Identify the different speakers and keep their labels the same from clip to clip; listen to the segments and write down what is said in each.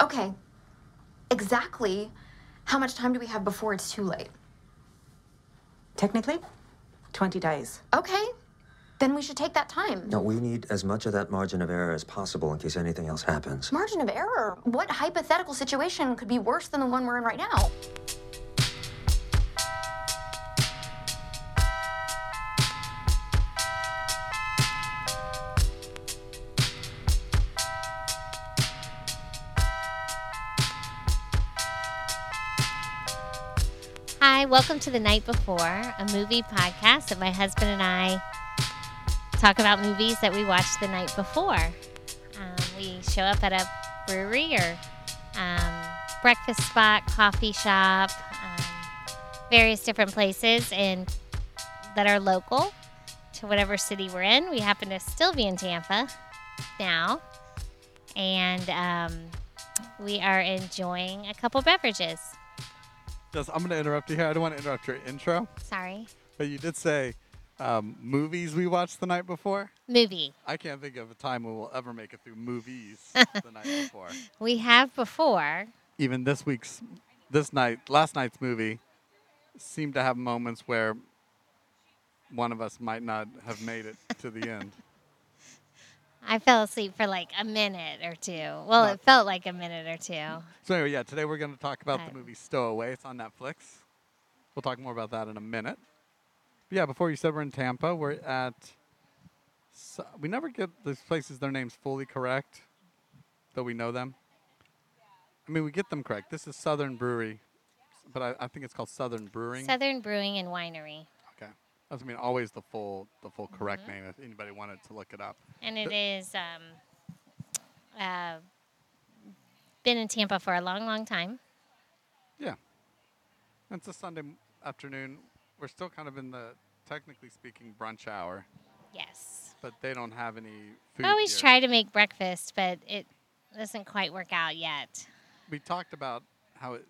Speaker 1: Okay. Exactly how much time do we have before it's too late?
Speaker 2: Technically, 20 days.
Speaker 1: Okay. Then we should take that time.
Speaker 3: No, we need as much of that margin of error as possible in case anything else happens.
Speaker 1: Margin of error. What hypothetical situation could be worse than the one we're in right now?
Speaker 4: Hi, welcome to The Night Before, a movie podcast that my husband and I talk about movies that we watched the night before. Um, we show up at a brewery or um, breakfast spot, coffee shop, um, various different places and that are local to whatever city we're in. We happen to still be in Tampa now, and um, we are enjoying a couple beverages.
Speaker 5: Just, I'm going to interrupt you here. I don't want to interrupt your intro,
Speaker 4: Sorry,
Speaker 5: but you did say um, movies we watched the night before.
Speaker 4: movie.
Speaker 5: I can't think of a time we will ever make it through movies the night before.
Speaker 4: We have before.
Speaker 5: Even this week's, this night, last night's movie seemed to have moments where one of us might not have made it to the end.
Speaker 4: I fell asleep for like a minute or two. Well,
Speaker 5: Not-
Speaker 4: it felt like a minute or two.
Speaker 5: So anyway, yeah, today we're going to talk about
Speaker 4: Right.
Speaker 5: the movie Stowaway. It's on Netflix. We'll talk more about that in a minute. But yeah, before you said we're in Tampa, we're at. So, we never get these places their names fully correct, though we know them. I mean, we get them correct. This is Southern Brewery, but I, I think it's called Southern Brewing.
Speaker 4: Southern Brewing and Winery.
Speaker 5: okay, that's I mean always the full the full correct name if anybody wanted to look it up.
Speaker 4: And it is, um, uh, been in Tampa for a long, long time.
Speaker 5: Yeah. And It's a Sunday m- afternoon. We're still kind of in the technically speaking brunch hour.
Speaker 4: Yes.
Speaker 5: But they don't have any food.
Speaker 4: I always
Speaker 5: here.
Speaker 4: try to make breakfast, but it doesn't quite work out yet.
Speaker 5: We talked about how it,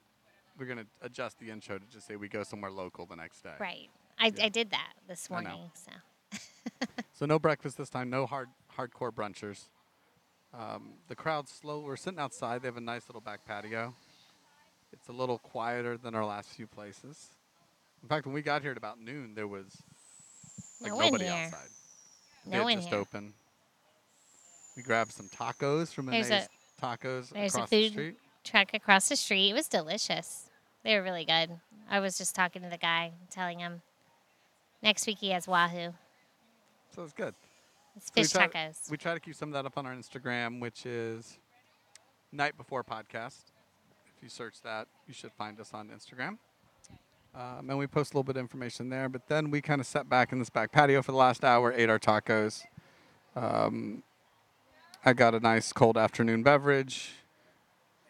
Speaker 5: we're going to adjust the intro to just say we go somewhere local the next day.
Speaker 4: Right. I, I did that this
Speaker 5: I know.
Speaker 4: morning. So
Speaker 5: So no breakfast this time. No hard hardcore brunchers. Um, the crowd's slow. We're sitting outside. They have a nice little back patio. It's a little quieter than our last few places. In fact, when we got here at about noon, there was like
Speaker 4: no one
Speaker 5: nobody
Speaker 4: here.
Speaker 5: outside.
Speaker 4: No
Speaker 5: they
Speaker 4: one
Speaker 5: had just
Speaker 4: here.
Speaker 5: opened. We grabbed some tacos from
Speaker 4: There's
Speaker 5: Anais
Speaker 4: a-
Speaker 5: Tacos
Speaker 4: there's a
Speaker 5: across the
Speaker 4: food-
Speaker 5: street.
Speaker 4: Truck across the street. It was delicious. They were really good. I was just talking to the guy, telling him next week he has Wahoo.
Speaker 5: So it's good.
Speaker 4: It's
Speaker 5: So we
Speaker 4: fish
Speaker 5: try-
Speaker 4: tacos.
Speaker 5: We try to keep some of that up on our Instagram, which is Night Before Podcast. If you search that, you should find us on Instagram. Um, and we post a little bit of information there. But then we kind of sat back in this back patio for the last hour, ate our tacos. Um, I got a nice cold afternoon beverage.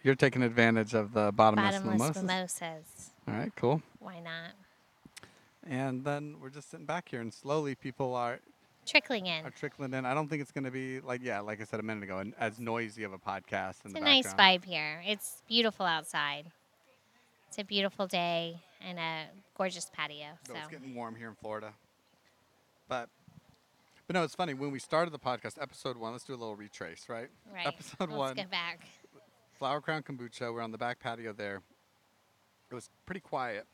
Speaker 5: You're taking advantage of the bottomless,
Speaker 4: Bottomless
Speaker 5: mimosas.
Speaker 4: mimosas.
Speaker 5: All right, cool.
Speaker 4: Why not?
Speaker 5: And then we're just sitting back here, and slowly people are,
Speaker 4: Trickling in.
Speaker 5: are trickling in. I don't think it's going to be like yeah, like I said a minute ago, an, as noisy of a podcast in
Speaker 4: It's
Speaker 5: the
Speaker 4: a
Speaker 5: background.
Speaker 4: nice vibe here. It's beautiful outside. It's a beautiful day and a gorgeous patio. So
Speaker 5: Though it's getting warm here in Florida, but but no, it's funny when we started the podcast, episode one. Let's do a little retrace, right?
Speaker 4: right.
Speaker 5: Episode
Speaker 4: Let's
Speaker 5: one,
Speaker 4: go back.
Speaker 5: Flower Crown Kombucha. We're on the back patio there. It was pretty quiet,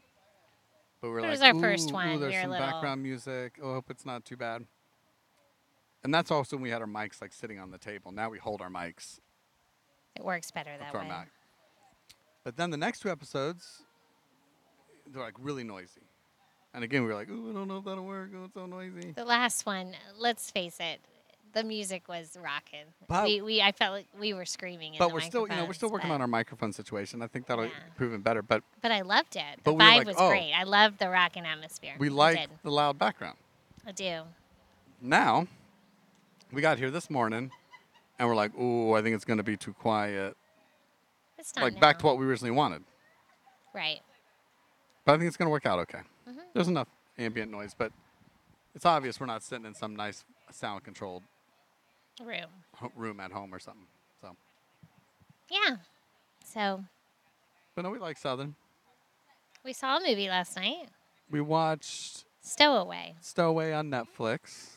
Speaker 5: but we were
Speaker 4: It
Speaker 5: like,
Speaker 4: was our first
Speaker 5: "Ooh, ooh,
Speaker 4: one. We
Speaker 5: there's
Speaker 4: were a
Speaker 5: some
Speaker 4: little-
Speaker 5: background music. Oh, I hope it's not too bad. And that's also when we had our mics like sitting on the table. Now we hold our mics
Speaker 4: It works better that
Speaker 5: for
Speaker 4: way.
Speaker 5: a Mac. But then the next two episodes, they're like really noisy. And again, we were like, "Ooh, I don't know if that'll work. Oh, it's so noisy."
Speaker 4: The last one, let's face it, the music was rocking.
Speaker 5: But-
Speaker 4: we, we I felt like we were screaming.
Speaker 5: But
Speaker 4: in
Speaker 5: we're
Speaker 4: the
Speaker 5: still, you know, we're still working
Speaker 4: microphones,
Speaker 5: on our microphone situation. I think that'll
Speaker 4: Yeah.
Speaker 5: prove even better. But
Speaker 4: but- But I loved it. The
Speaker 5: But we were
Speaker 4: vibe
Speaker 5: like,
Speaker 4: was
Speaker 5: "Oh."
Speaker 4: great. I love the rocking atmosphere.
Speaker 5: we
Speaker 4: I
Speaker 5: like
Speaker 4: did.
Speaker 5: the loud background.
Speaker 4: I do.
Speaker 5: Now, we got here this morning, and we're like, "Ooh, I think it's going to be too quiet."
Speaker 4: It's not
Speaker 5: like back to
Speaker 4: now.
Speaker 5: what we originally wanted.
Speaker 4: Right.
Speaker 5: But I think it's going to work out okay.
Speaker 4: Mm-hmm.
Speaker 5: There's enough ambient noise, but it's obvious we're not sitting in some nice sound-controlled
Speaker 4: Room.
Speaker 5: ho- room at home or something. So.
Speaker 4: Yeah. So
Speaker 5: But no, we like Southern.
Speaker 4: we saw a movie last night,
Speaker 5: We watched
Speaker 4: Stowaway.
Speaker 5: Stowaway on Netflix.
Speaker 4: Mm-hmm.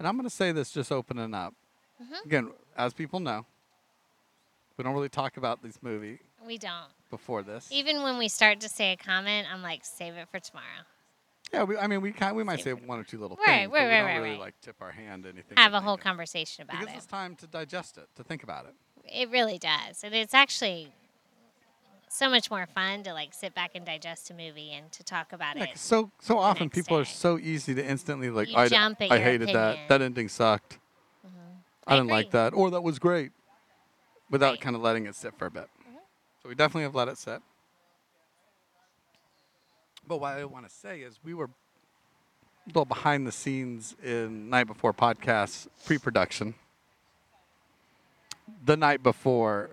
Speaker 5: And I'm going to say this just opening up. Again, as people know, We don't really talk about this movie
Speaker 4: We don't.
Speaker 5: before this.
Speaker 4: Even when we start to say a comment, I'm like, save it for tomorrow.
Speaker 5: Yeah, we, I mean, we kind we might say one or two little
Speaker 4: Right,
Speaker 5: things,
Speaker 4: right,
Speaker 5: but we
Speaker 4: right,
Speaker 5: don't
Speaker 4: right,
Speaker 5: really
Speaker 4: right.
Speaker 5: like tip our hand to anything.
Speaker 4: Have
Speaker 5: we
Speaker 4: a whole
Speaker 5: think of.
Speaker 4: conversation about
Speaker 5: It gives
Speaker 4: it.
Speaker 5: us time to digest it, to think about it.
Speaker 4: It really does. And it's actually so much more fun to like sit back and digest a movie and to talk about
Speaker 5: Yeah,
Speaker 4: it.
Speaker 5: 'cause so so often
Speaker 4: next
Speaker 5: people are
Speaker 4: day.
Speaker 5: so easy to instantly like.
Speaker 4: You
Speaker 5: I,
Speaker 4: jump at
Speaker 5: I
Speaker 4: your
Speaker 5: hated that.
Speaker 4: opinion. Mm-hmm.
Speaker 5: That ending sucked. I,
Speaker 4: I
Speaker 5: didn't like
Speaker 4: agree.
Speaker 5: that, or that was great, without
Speaker 4: Right. Mm-hmm.
Speaker 5: kind of letting it sit for a bit. So we definitely have let it sit. But what I want to say is we were a little behind the scenes in Night Before podcast pre-production. The night before,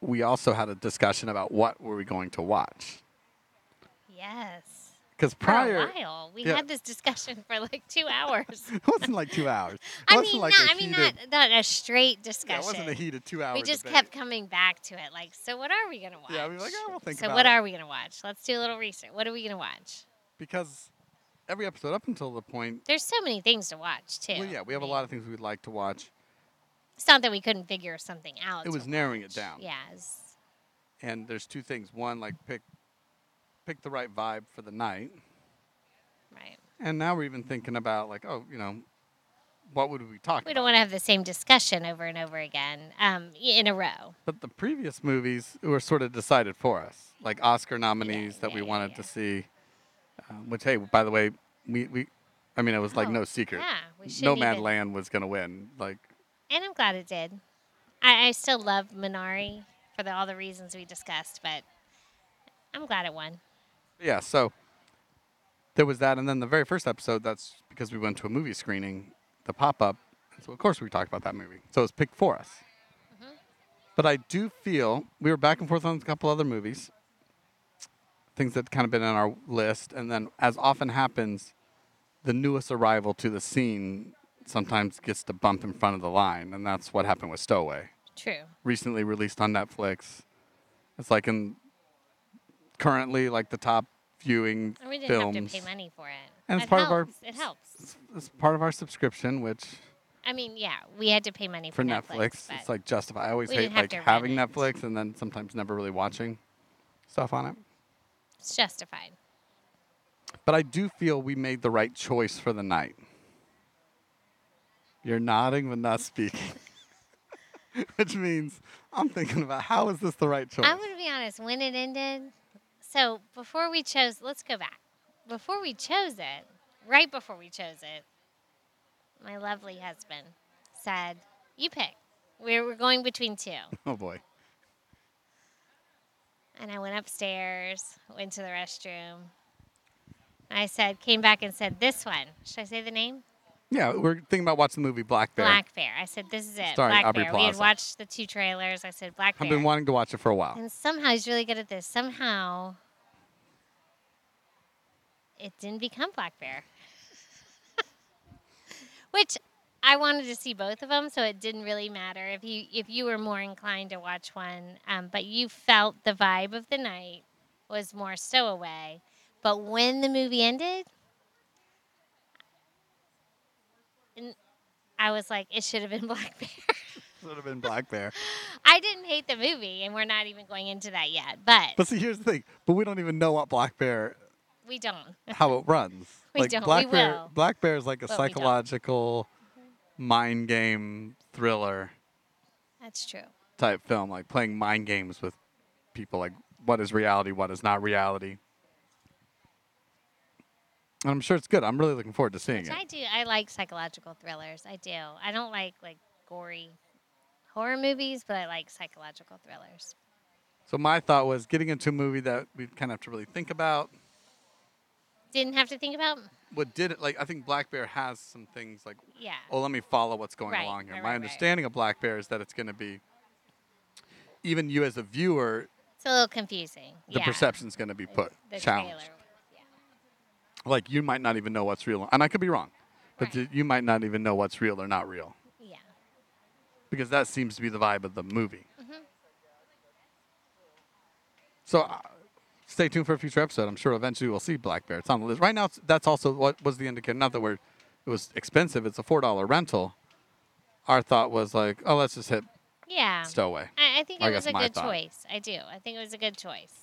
Speaker 5: we also had a discussion about what were we going to watch.
Speaker 4: Yes.
Speaker 5: Because
Speaker 4: For a
Speaker 5: prior,
Speaker 4: while, we
Speaker 5: yeah.
Speaker 4: had this discussion for like two hours.
Speaker 5: It wasn't like two hours. It
Speaker 4: I
Speaker 5: wasn't
Speaker 4: mean,
Speaker 5: like
Speaker 4: not,
Speaker 5: a
Speaker 4: I mean, not,
Speaker 5: heated-
Speaker 4: not a straight
Speaker 5: Yeah,
Speaker 4: discussion.
Speaker 5: it wasn't a heated two hour
Speaker 4: we just
Speaker 5: debate.
Speaker 4: kept coming back to it. Like, so what are we gonna watch?
Speaker 5: Yeah, we were like, "Oh, we'll think
Speaker 4: So
Speaker 5: about
Speaker 4: what
Speaker 5: it."
Speaker 4: are we gonna watch? Let's do a little research. What are we gonna watch?
Speaker 5: because every episode up until the point,
Speaker 4: There's so many things to watch too.
Speaker 5: well, yeah, we have
Speaker 4: I
Speaker 5: a
Speaker 4: mean,
Speaker 5: lot of things we'd like to watch.
Speaker 4: It's not that we couldn't figure something out.
Speaker 5: It was
Speaker 4: to
Speaker 5: narrowing it
Speaker 4: watch.
Speaker 5: down.
Speaker 4: Yeah. it was-
Speaker 5: And there's two things. One, like pick pick the right vibe for the night.
Speaker 4: right.
Speaker 5: And now we're even thinking about like, oh, you know, what would we talk
Speaker 4: We
Speaker 5: about?
Speaker 4: don't want to have the same discussion over and over again um, y- in a row.
Speaker 5: but the previous movies were sort of decided for us, like Oscar nominees that we
Speaker 4: yeah, yeah,
Speaker 5: wanted
Speaker 4: yeah.
Speaker 5: to see. Um, which, hey, by the way, we, we I mean, it was like
Speaker 4: Oh,
Speaker 5: no secret.
Speaker 4: yeah, we shouldn't
Speaker 5: Nomad
Speaker 4: even-
Speaker 5: Land was going to win. Like,
Speaker 4: And I'm glad it did. I, I still love Minari for the, all the reasons we discussed, but I'm glad it won.
Speaker 5: yeah, so there was that. And then the very first episode, that's because we went to a movie screening, the pop up. So, of course, we talked about that movie. So it was picked for us. But I do feel we were back and forth on a couple other movies, things that kind of been on our list. And then, as often happens, the newest arrival to the scene sometimes gets to bump in front of the line. And that's what happened with Stowaway.
Speaker 4: True.
Speaker 5: recently released on Netflix. It's like in currently like the top viewing
Speaker 4: And we didn't
Speaker 5: films.
Speaker 4: have to pay money for it.
Speaker 5: And it's
Speaker 4: It
Speaker 5: part of our-
Speaker 4: helps. It helps.
Speaker 5: It's, it's part of our subscription, which
Speaker 4: I mean, yeah, we had to pay money for,
Speaker 5: for Netflix,
Speaker 4: but
Speaker 5: it's like justified. I always
Speaker 4: we
Speaker 5: hate
Speaker 4: didn't have
Speaker 5: like
Speaker 4: to
Speaker 5: having
Speaker 4: rent it.
Speaker 5: Netflix and then sometimes never really watching stuff on it.
Speaker 4: it's justified.
Speaker 5: But I do feel we made the right choice for the night. You're nodding but not speaking. Which means I'm thinking about how is this the right choice?
Speaker 4: I'm gonna be honest. When it ended, so before we chose, let's go back. Before we chose it, right before we chose it, my lovely husband said, "You pick." We were going between two,
Speaker 5: oh boy.
Speaker 4: and I went upstairs, went to the restroom. I said, came back and said, "This one." Should I say the name?
Speaker 5: Yeah, we're thinking about watching the movie Black Bear.
Speaker 4: Black Bear. I said, "This is it."
Speaker 5: Starring
Speaker 4: Black
Speaker 5: Aubrey
Speaker 4: Bear. We had
Speaker 5: Plaza.
Speaker 4: watched the two trailers. I said, "Black
Speaker 5: I've
Speaker 4: Bear."
Speaker 5: been wanting to watch it for a while.
Speaker 4: And somehow he's really good at this. Somehow it didn't become Black Bear. Which I wanted to see both of them, so it didn't really matter if you if you were more inclined to watch one. Um, but you felt the vibe of the night was more stowaway. But when the movie ended, n- I was like, it should have been Black Bear.
Speaker 5: Should have been Black Bear.
Speaker 4: I didn't hate the movie, and we're not even going into that yet. But
Speaker 5: But see, here's the thing. But we don't even know what Black Bear,
Speaker 4: we don't.
Speaker 5: how it runs.
Speaker 4: We
Speaker 5: like
Speaker 4: don't. We
Speaker 5: Black Bear,
Speaker 4: will.
Speaker 5: Black Bear is like a
Speaker 4: But we don't.
Speaker 5: psychological mind game thriller
Speaker 4: That's true.
Speaker 5: type film, like playing mind games with people, like what is reality, what is not reality. And I'm sure it's good. I'm really looking forward to seeing
Speaker 4: Which
Speaker 5: it.
Speaker 4: I do. I like psychological thrillers. I do. I don't like like gory horror movies, but I like psychological thrillers.
Speaker 5: So my thought was getting into a movie that we kind of have to really think about.
Speaker 4: Didn't have to think about.
Speaker 5: What did it like? I think Black Bear has some things like
Speaker 4: Yeah.
Speaker 5: oh, let me follow what's going
Speaker 4: Right,
Speaker 5: along here.
Speaker 4: right,
Speaker 5: My
Speaker 4: right, right.
Speaker 5: understanding of Black Bear is that it's going to be, even you as a viewer,
Speaker 4: It's a little confusing.
Speaker 5: the
Speaker 4: yeah.
Speaker 5: perception's going to be put
Speaker 4: The
Speaker 5: challenged.
Speaker 4: trailer. Yeah.
Speaker 5: Like you might not even know what's real, and I could be wrong, but
Speaker 4: Right.
Speaker 5: you- you might not even know what's real or not real
Speaker 4: Yeah.
Speaker 5: because that seems to be the vibe of the movie.
Speaker 4: Mm-hmm.
Speaker 5: So. Uh, Stay tuned for a future episode. I'm sure eventually we'll see Black Bear. It's on the list. Right now, it's- that's also what was the indicator. Not that we're, it was expensive. It's a four dollar rental. Our thought was like, oh, let's just hit
Speaker 4: Yeah.
Speaker 5: Stowaway.
Speaker 4: I, I think
Speaker 5: I
Speaker 4: it
Speaker 5: guess
Speaker 4: was a
Speaker 5: my
Speaker 4: good
Speaker 5: thought.
Speaker 4: choice. I do. I think it was a good choice.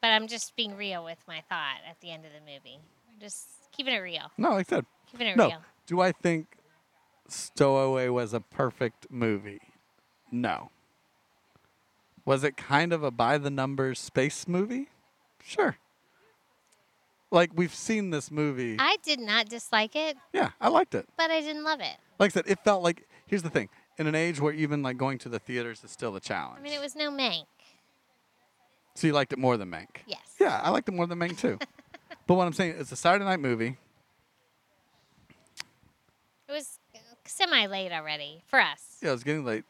Speaker 4: But I'm just being real with my thought at the end of the movie. I'm just keeping it real.
Speaker 5: No, like I said,
Speaker 4: Keeping it
Speaker 5: no.
Speaker 4: real.
Speaker 5: Do I think Stowaway was a perfect movie? No. Was it kind of a by the numbers space movie? Sure. Like we've seen this movie.
Speaker 4: I did not dislike it,
Speaker 5: yeah, I liked it.
Speaker 4: but I didn't love it.
Speaker 5: Like I said, it felt like here's the thing. In an age where even like going to the theaters is still a challenge.
Speaker 4: I mean, it was no Mank.
Speaker 5: So you liked it more than Mank?
Speaker 4: Yes.
Speaker 5: Yeah, I liked it more than Mank too. but what I'm saying is a Saturday night movie.
Speaker 4: It was semi late already for us.
Speaker 5: Yeah, it was getting late.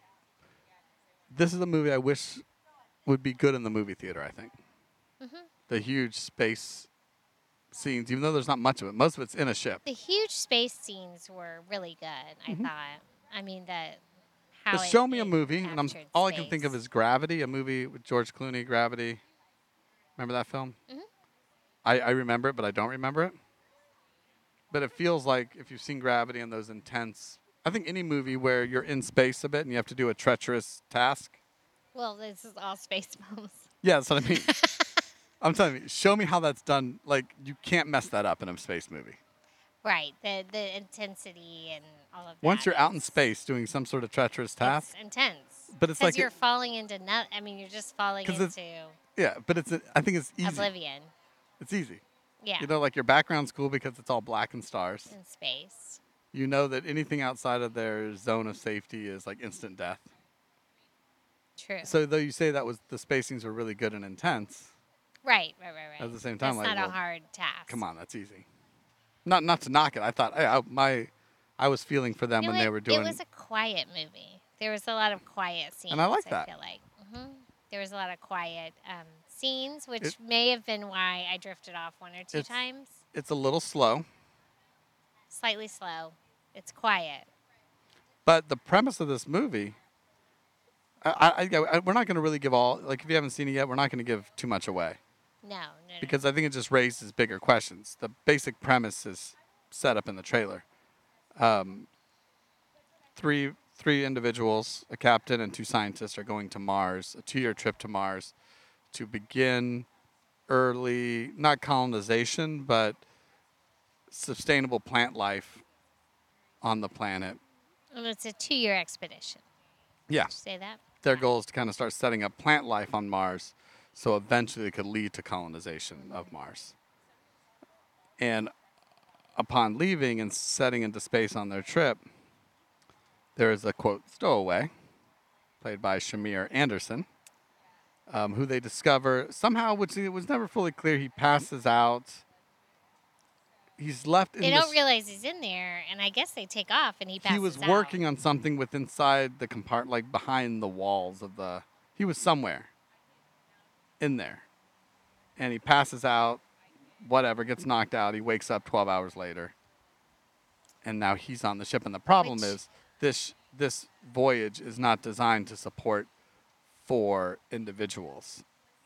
Speaker 5: This is a movie I wish would be good in the movie theater, I think.
Speaker 4: Mm-hmm.
Speaker 5: The huge space scenes, even though there's not much of it. Most of it's in a ship.
Speaker 4: The huge space scenes were really good. I thought. I mean that. How
Speaker 5: But
Speaker 4: it-
Speaker 5: show me a
Speaker 4: it
Speaker 5: movie, and I'm
Speaker 4: captured
Speaker 5: all I can think of
Speaker 4: space.
Speaker 5: is Gravity, a movie with George Clooney, Gravity. Remember that film?
Speaker 4: Mm-hmm.
Speaker 5: I, I remember it, but I don't remember it. But it feels like if you've seen Gravity and those intense, I think any movie where you're in space a bit and you have to do a treacherous task.
Speaker 4: Well, this is all space films.
Speaker 5: Yeah, that's what I mean. I'm telling you, show me how that's done. Like you can't mess that up in a space movie.
Speaker 4: Right. The the intensity and all of that.
Speaker 5: Once you're out in
Speaker 4: is-
Speaker 5: space doing some sort of treacherous task,
Speaker 4: It's intense.
Speaker 5: But it's
Speaker 4: 'Cause
Speaker 5: like it-
Speaker 4: you're falling into not. I mean, you're just falling
Speaker 5: 'Cause it's
Speaker 4: into
Speaker 5: yeah, but it's I think it's easy.
Speaker 4: oblivion.
Speaker 5: It's easy.
Speaker 4: Yeah.
Speaker 5: You know, like your background's cool because it's all black and stars.
Speaker 4: in space.
Speaker 5: You know that anything outside of their zone of safety is like instant death.
Speaker 4: True.
Speaker 5: So though you say that was the spacings were really good and intense,
Speaker 4: right. Right. Right. Right.
Speaker 5: at the same time,
Speaker 4: that's
Speaker 5: like,
Speaker 4: not
Speaker 5: well,
Speaker 4: a hard task.
Speaker 5: come on, that's easy. Not not to knock it. I thought I, I my I was feeling for them
Speaker 4: You know
Speaker 5: when they
Speaker 4: what?
Speaker 5: were doing
Speaker 4: It was a quiet movie. There was a lot of quiet scenes.
Speaker 5: And I like that.
Speaker 4: feel like hmm there was a lot of quiet um, scenes, which
Speaker 5: It-
Speaker 4: may have been why I drifted off one or two
Speaker 5: It's-
Speaker 4: times.
Speaker 5: it's a little slow.
Speaker 4: Slightly slow. It's quiet.
Speaker 5: But the premise of this movie, I, I, I, we're not going to really give all, like, if you haven't seen it yet, we're not going to give too much away
Speaker 4: No. No. no.
Speaker 5: because I think it just raises bigger questions. The basic premise is set up in the trailer. Um, three, three individuals, a captain and two scientists, are going to Mars, a two year trip to Mars to begin early, not colonization, but sustainable plant life on the planet.
Speaker 4: And it's a two-year expedition.
Speaker 5: Yeah.
Speaker 4: Did you say that?
Speaker 5: their goal is to kind of start setting up plant life on Mars so eventually it could lead to colonization of Mars. And upon leaving and setting into space on their trip, there is a quote stowaway, played by Shamir Anderson, um, who they discover somehow, which it was never fully clear, he passes out. He's left in
Speaker 4: They
Speaker 5: this
Speaker 4: don't realize he's in there, and I guess they take off, and he passes
Speaker 5: he was
Speaker 4: out.
Speaker 5: working on something with inside the compart like behind the walls of the he was somewhere in there and he passes out whatever gets knocked out he wakes up 12 hours later and now he's on the ship and the problem
Speaker 4: Which-
Speaker 5: is this this voyage is not designed to support four individuals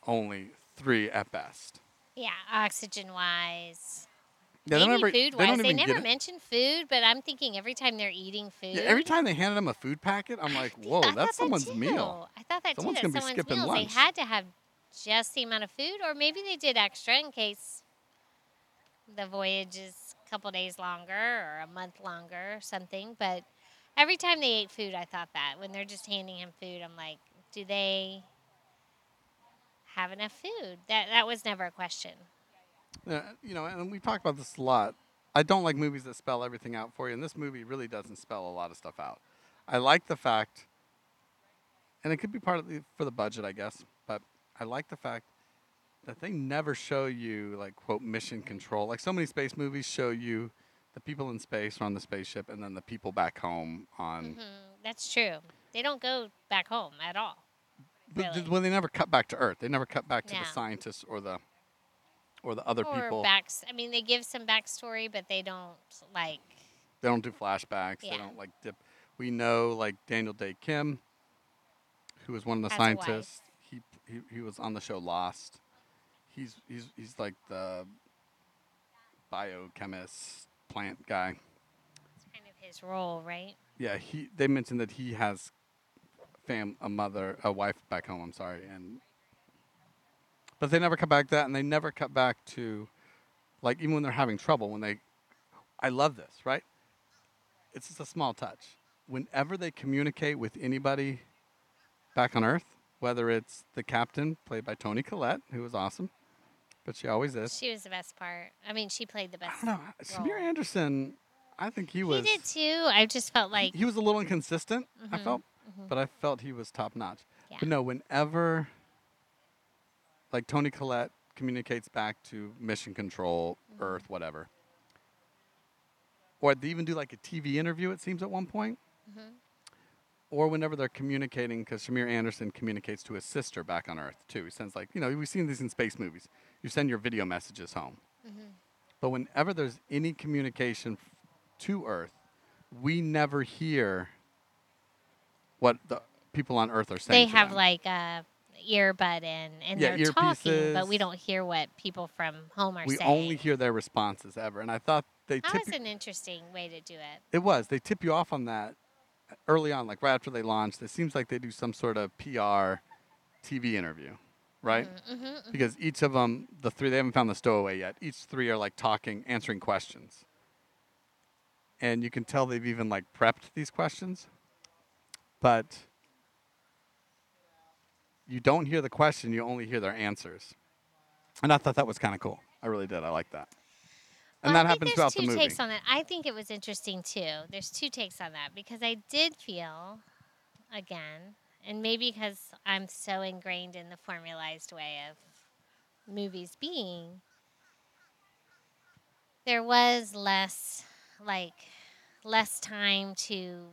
Speaker 5: only three at best
Speaker 4: Yeah, oxygen-wise.
Speaker 5: yeah,
Speaker 4: Maybe
Speaker 5: ever-
Speaker 4: food wise. They,
Speaker 5: even get
Speaker 4: never
Speaker 5: it.
Speaker 4: mention food, but I'm thinking every time they're eating food.
Speaker 5: yeah, every time they handed him a food packet i'm like whoa
Speaker 4: I thought that
Speaker 5: that's someone's meal
Speaker 4: too. I thought that
Speaker 5: Someone's
Speaker 4: too.
Speaker 5: gonna
Speaker 4: That's someone's
Speaker 5: be skipping
Speaker 4: meals.
Speaker 5: lunch.
Speaker 4: They had to have just the amount of food, or maybe they did extra in case the voyage is a couple days longer or a month longer or something. But every time they ate food, I thought that when they're just handing him food, I'm like, do they have enough food? That that was never a question.
Speaker 5: Yeah, you know, and we talk about this a lot. I don't like movies that spell everything out for you, and this movie really doesn't spell a lot of stuff out. I like the fact, and it could be part of the, for the budget, I guess, but I like the fact that they never show you like quote mission control. Like so many space movies show you the people in space are on the spaceship, and then the people back home on.
Speaker 4: Mm, that's true. They don't go back home at all.
Speaker 5: But th-
Speaker 4: Really.
Speaker 5: well, they never cut back to Earth. They never cut back to
Speaker 4: No.
Speaker 5: the scientists or the or the other
Speaker 4: or
Speaker 5: people.
Speaker 4: backs. I mean, they give some backstory, but they don't like.
Speaker 5: They don't do flashbacks. They
Speaker 4: Yeah.
Speaker 5: don't like dip. We know like Daniel Day Kim, who was one of the
Speaker 4: Has a wife.
Speaker 5: scientists. He, he he was on the show Lost. He's he's he's like the biochemist plant guy.
Speaker 4: It's kind of his role, right?
Speaker 5: Yeah, he they mentioned that he has fam, a mother, a wife back home. I'm sorry, and but they never cut back that, and they never cut back to, like even when they're having trouble, when they, I love this, right? It's just a small touch. Whenever they communicate with anybody back on Earth, whether it's the captain played by Tony Collette, who was awesome, but she always is.
Speaker 4: She was the best part. I mean, she played the best.
Speaker 5: I don't know. Samir
Speaker 4: role.
Speaker 5: Anderson, I think he
Speaker 4: He
Speaker 5: was.
Speaker 4: did too. I just felt like Mm-hmm.
Speaker 5: he was a little inconsistent. I felt, but I felt he was top notch.
Speaker 4: Yeah.
Speaker 5: But no, whenever like Tony Collette communicates back to Mission Control,
Speaker 4: Mm-hmm.
Speaker 5: Earth, whatever, or they even do like a TV interview. It seems at one point. Or whenever they're communicating, because Shamir Anderson communicates to his sister back on Earth too. He sends like you know we've seen these in space movies. You send your video messages home. But whenever there's any communication f- to Earth, we never hear what the people on Earth are saying.
Speaker 4: they
Speaker 5: to
Speaker 4: have
Speaker 5: them.
Speaker 4: like a earbud in and
Speaker 5: Yeah,
Speaker 4: they're talking, but we
Speaker 5: earpieces.
Speaker 4: don't hear what people from home are
Speaker 5: we
Speaker 4: saying.
Speaker 5: only hear their responses ever. And I thought they
Speaker 4: that
Speaker 5: tip
Speaker 4: was
Speaker 5: you-
Speaker 4: an interesting way to do it.
Speaker 5: it was they tip you off on that uh, early on, like right after they launched. It seems like they do some sort of PR TV interview, right?
Speaker 4: Mm-hmm,
Speaker 5: Because each of them, the three, they haven't found the stowaway yet. Each three are like talking, answering questions, and you can tell they've even like prepped these questions, but you don't hear the question; you only hear their answers. And I thought that was kind of cool. I really did. I like that. And
Speaker 4: Well, I think
Speaker 5: that happens
Speaker 4: there's
Speaker 5: throughout the
Speaker 4: two
Speaker 5: movie.
Speaker 4: takes on that. I think it was interesting too. There's two takes on that because I did feel, again, and maybe because I'm so ingrained in the formalized way of movies being, there was less, like, less time to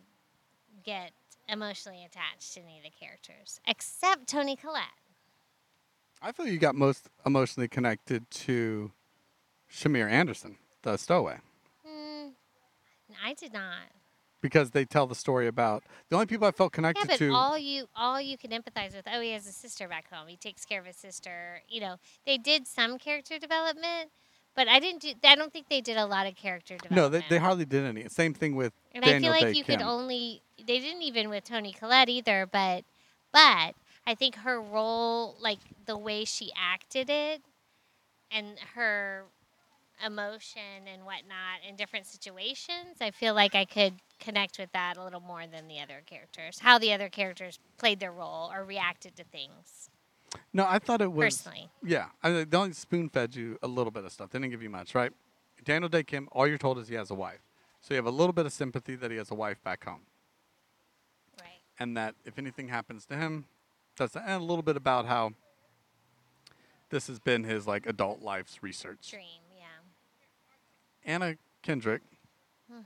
Speaker 4: get emotionally attached to any of the characters, except Tony Collette.
Speaker 5: I feel you got most emotionally connected to Shamir Anderson, the stowaway,
Speaker 4: Hmm, I did not.
Speaker 5: because they tell the story about the only people I felt
Speaker 4: Yeah,
Speaker 5: connected
Speaker 4: but
Speaker 5: to.
Speaker 4: all you all you can empathize with. Oh, he has a sister back home. He takes care of his sister. You know, they did some character development, but I didn't do. I don't think they did a lot of character
Speaker 5: no,
Speaker 4: development.
Speaker 5: they, they hardly did any. Same thing with
Speaker 4: And
Speaker 5: Daniel
Speaker 4: I feel like
Speaker 5: Day
Speaker 4: you
Speaker 5: Kim.
Speaker 4: could only. They didn't even with Tony Collette either. But but I think her role, like the way she acted it, and her emotion and whatnot in different situations, I feel like I could connect with that a little more than the other characters. How the other characters played their role or reacted to things.
Speaker 5: no, I thought it was
Speaker 4: personally.
Speaker 5: Yeah, I, they only spoon fed you a little bit of stuff. They didn't give you much, right? Daniel Day Kim, all you're told is he has a wife, so you have a little bit of sympathy that he has a wife back home.
Speaker 4: Right.
Speaker 5: and that if anything happens to him, that's and a little bit about how this has been his like adult life's research.
Speaker 4: Dream. Yeah.
Speaker 5: Anna Kendrick,
Speaker 4: Hmm.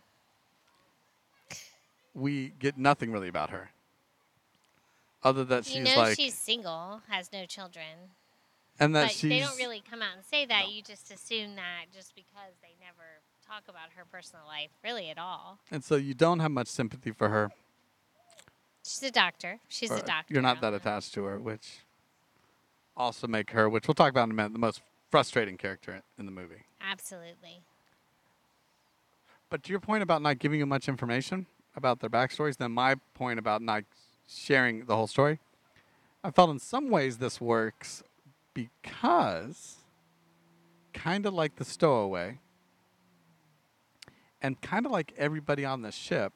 Speaker 5: we get nothing really about her, other that she's
Speaker 4: you know
Speaker 5: like,
Speaker 4: she's single, has no children.
Speaker 5: and that
Speaker 4: But
Speaker 5: she's
Speaker 4: they don't really come out and say that.
Speaker 5: No.
Speaker 4: You just assume that just because they never talk about her personal life really at all.
Speaker 5: and so you don't have much sympathy for her.
Speaker 4: She's a doctor. She's
Speaker 5: or
Speaker 4: a doctor.
Speaker 5: You're not
Speaker 4: I
Speaker 5: that
Speaker 4: don't know.
Speaker 5: attached to her, which also make her, which we'll talk about in a minute, the most frustrating character in the movie.
Speaker 4: Absolutely.
Speaker 5: But to your point about not giving you much information about their backstories, then my point about not sharing the whole story, I felt in some ways this works because, kind of like the stowaway, and kind of like everybody on the ship,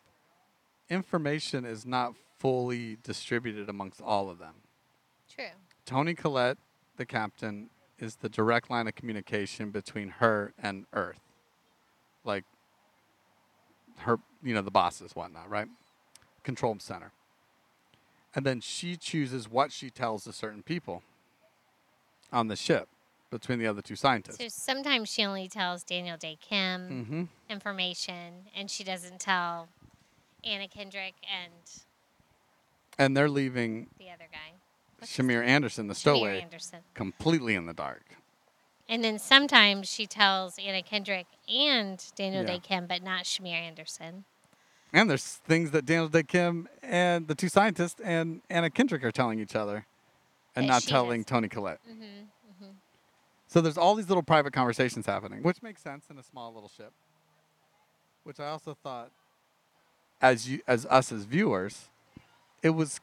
Speaker 5: information is not fully distributed amongst all of them.
Speaker 4: True.
Speaker 5: Tony Collette, the captain, is the direct line of communication between her and Earth. Like her, you know, the bosses, whatnot, right? Control center. And then she chooses what she tells to certain people on the ship between the other two scientists.
Speaker 4: So sometimes she only tells Daniel Day Kim
Speaker 5: Mhm.
Speaker 4: information, and she doesn't tell Anna Kendrick and
Speaker 5: And they're leaving
Speaker 4: the other guy,
Speaker 5: Shamir Anderson, the
Speaker 4: Samir
Speaker 5: stowaway,
Speaker 4: Anderson.
Speaker 5: completely in the dark.
Speaker 4: And then sometimes she tells Anna Kendrick and Daniel
Speaker 5: Yeah.
Speaker 4: Day Kim, but not Shamir Anderson.
Speaker 5: And there's things that Daniel Day Kim and the two scientists and Anna Kendrick are telling each other and
Speaker 4: That
Speaker 5: not
Speaker 4: she
Speaker 5: telling
Speaker 4: has- Mm-hmm,
Speaker 5: Tony Collette. So there's all these little private conversations happening, which makes sense in a small little ship. Which I also thought as you as us as viewers, it was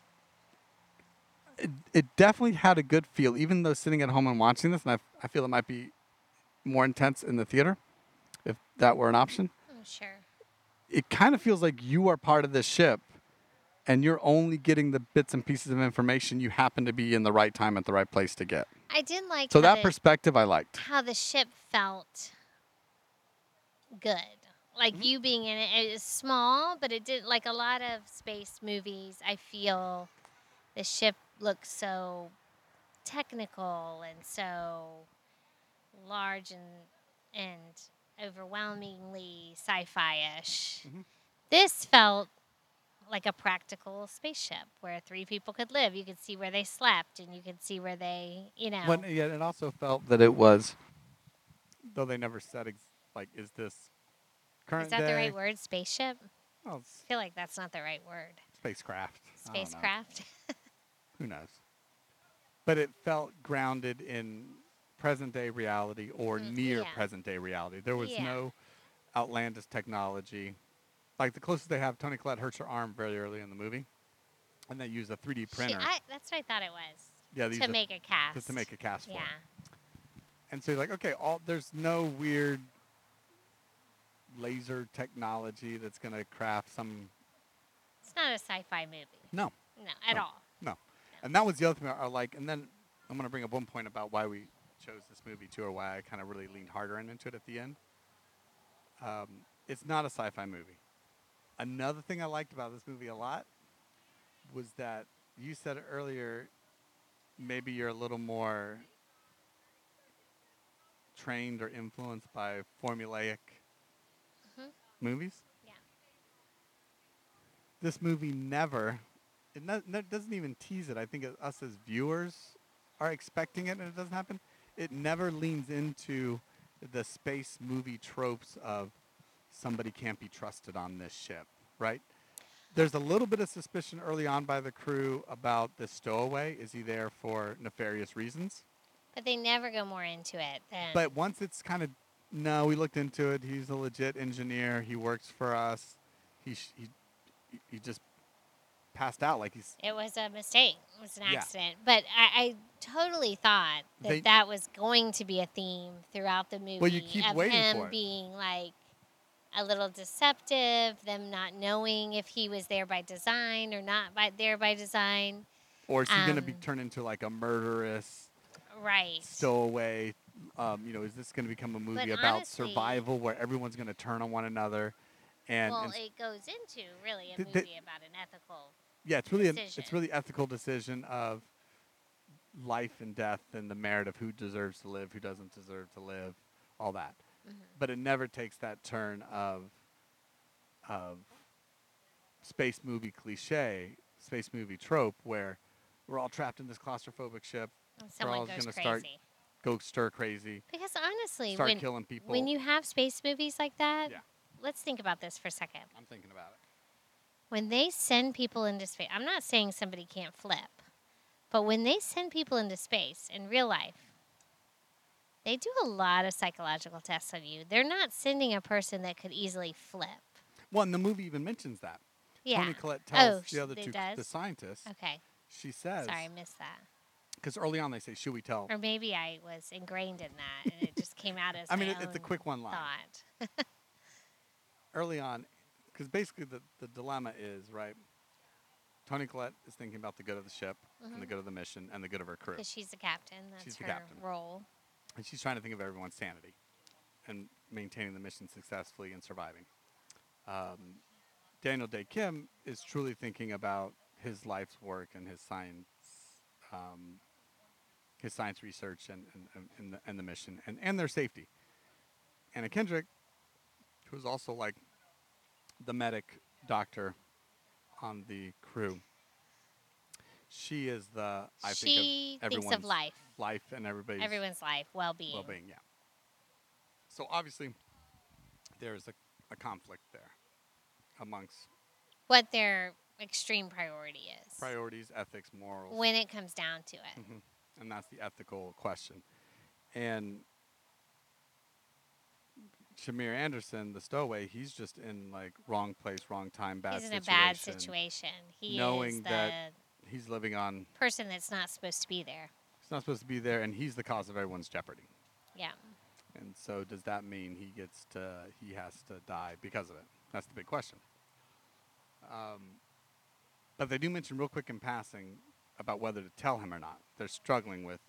Speaker 5: it, it definitely had a good feel, even though sitting at home and watching this, and I, I feel it might be more intense in the theater if that were an option.
Speaker 4: Oh, sure.
Speaker 5: It kind of feels like you are part of this ship and you're only getting the bits and pieces of information you happen to be in the right time at the right place to get.
Speaker 4: I did like
Speaker 5: So
Speaker 4: how
Speaker 5: that
Speaker 4: the-
Speaker 5: perspective I liked.
Speaker 4: how the ship felt good. Like you being in it, it is small, but it did like a lot of space movies. I feel the ship looks so technical and so large and and overwhelmingly sci-fi-ish. This felt like a practical spaceship where three people could live. You could see where they slept, and you could see where they, you know.
Speaker 5: When, yeah, it also felt that it was, though they never said, ex- like, is this current
Speaker 4: Is that the
Speaker 5: day?
Speaker 4: right word? Spaceship?
Speaker 5: Well, it's
Speaker 4: I feel like that's not the right word.
Speaker 5: spacecraft. I don't know.
Speaker 4: Spacecraft?
Speaker 5: Who knows? But it felt grounded in present day reality or
Speaker 4: Mm,
Speaker 5: near
Speaker 4: yeah.
Speaker 5: present day reality. There was
Speaker 4: Yeah.
Speaker 5: no outlandish technology. Like the closest they have, Tony Collette hurts her arm very early in the movie, and they use a 3D
Speaker 4: Shit,
Speaker 5: printer.
Speaker 4: I, that's what I thought it was.
Speaker 5: yeah, they use
Speaker 4: To make a
Speaker 5: a,
Speaker 4: cast.
Speaker 5: to, to make a cast for.
Speaker 4: Yeah.
Speaker 5: it. And so you're like, okay, all there's no weird laser technology that's gonna craft some.
Speaker 4: It's not a sci fi movie.
Speaker 5: No,
Speaker 4: No, at
Speaker 5: No.
Speaker 4: all.
Speaker 5: No. And that was the other thing I I like. And then I'm going to bring up one point about why we chose this movie, too, or why I kind of really leaned harder into it at the end. Um, it's not a sci fi movie. Another thing I liked about this movie a lot was that you said earlier maybe you're a little more trained or influenced by formulaic
Speaker 4: Mhm.
Speaker 5: movies
Speaker 4: Yeah.
Speaker 5: this movie never it no, no, it doesn't even tease it i think it, us as viewers are expecting it and it doesn't happen it never leans into the space movie tropes of somebody can't be trusted on this ship right there's a little bit of suspicion early on by the crew about this stowaway is he there for nefarious reasons
Speaker 4: But they never go more into it than.
Speaker 5: but once it's kind of no, we looked into it. He's a legit engineer. He works for us. He sh- he he just passed out like he's
Speaker 4: it was a mistake. It was an
Speaker 5: Yeah.
Speaker 4: accident. But I, I totally thought that
Speaker 5: They-
Speaker 4: that was going to be a theme throughout the movie.
Speaker 5: Well, you keep
Speaker 4: of
Speaker 5: waiting
Speaker 4: him
Speaker 5: for it.
Speaker 4: being like a little deceptive, them not knowing if he was there by design or not by there by design.
Speaker 5: or is he gonna be
Speaker 4: Um,
Speaker 5: turned into like a murderous
Speaker 4: Right.
Speaker 5: stowaway? Um, you know, is this gonna become a movie about
Speaker 4: honestly-
Speaker 5: survival where everyone's gonna turn on one another? And,
Speaker 4: well,
Speaker 5: and
Speaker 4: it goes into really a
Speaker 5: Th-
Speaker 4: movie
Speaker 5: th-
Speaker 4: about an ethical.
Speaker 5: yeah, it's really an, it's
Speaker 4: decision.
Speaker 5: really ethical decision of life and death and the merit of who deserves to live, who doesn't deserve to live, all that.
Speaker 4: Mm-hmm.
Speaker 5: But it never takes that turn of of space movie cliche, space movie trope where we're all trapped in this claustrophobic ship,
Speaker 4: And someone
Speaker 5: all's
Speaker 4: goes
Speaker 5: gonna
Speaker 4: crazy.
Speaker 5: start go stir crazy,
Speaker 4: because honestly,
Speaker 5: start
Speaker 4: when
Speaker 5: killing people.
Speaker 4: when you have space movies like that,
Speaker 5: Yeah.
Speaker 4: let's think about this for a second.
Speaker 5: I'm thinking about it.
Speaker 4: When they send people into space, I'm not saying somebody can't flip, but when they send people into space in real life, they do a lot of psychological tests on you. They're not sending a person that could easily flip.
Speaker 5: Well, and the movie even mentions that.
Speaker 4: Yeah.
Speaker 5: Tony Collette
Speaker 4: Oh,
Speaker 5: tells
Speaker 4: sh-
Speaker 5: the other
Speaker 4: they
Speaker 5: two,
Speaker 4: does?
Speaker 5: the scientists,
Speaker 4: okay.
Speaker 5: she says,
Speaker 4: Sorry, I missed that.
Speaker 5: because early on they say, should we tell?
Speaker 4: Or maybe I was ingrained in that and it just came out as
Speaker 5: I mean,
Speaker 4: my
Speaker 5: it, it's a
Speaker 4: own
Speaker 5: quick one line.
Speaker 4: thought.
Speaker 5: Early on, because basically the, the dilemma is, right? Tony Collette is thinking about the good of the ship and the good of the mission and the good of her crew.
Speaker 4: Because she's the captain. That's
Speaker 5: She's the
Speaker 4: her
Speaker 5: captain.
Speaker 4: role.
Speaker 5: and she's trying to think of everyone's sanity and maintaining the mission successfully and surviving. Um, Daniel Day Kim is truly thinking about his life's work and his science, um, his science research and and, and, and, the, and the mission and, and their safety. Anna Kendrick, who's also like the medic doctor on the crew, she is the I
Speaker 4: She
Speaker 5: think of
Speaker 4: thinks of
Speaker 5: everyone's
Speaker 4: life.
Speaker 5: life and everybody's
Speaker 4: Everyone's life, well being.
Speaker 5: well being, yeah. So obviously, there is a, a conflict there amongst
Speaker 4: What their extreme priority is.
Speaker 5: priorities, ethics, morals,
Speaker 4: When it comes down to it.
Speaker 5: Mhm. and that's the ethical question. And Shamir Anderson, the stowaway, he's just in like wrong place, wrong time, bad
Speaker 4: He's in
Speaker 5: situation.
Speaker 4: a bad situation. He
Speaker 5: knowing
Speaker 4: is the
Speaker 5: that he's living on.
Speaker 4: person that's not supposed to be there.
Speaker 5: He's not supposed to be there, and he's the cause of everyone's jeopardy.
Speaker 4: Yeah.
Speaker 5: And so, does that mean he gets to? He has to die because of it. That's the big question. Um, but they do mention real quick in passing about whether to tell him or not. They're struggling with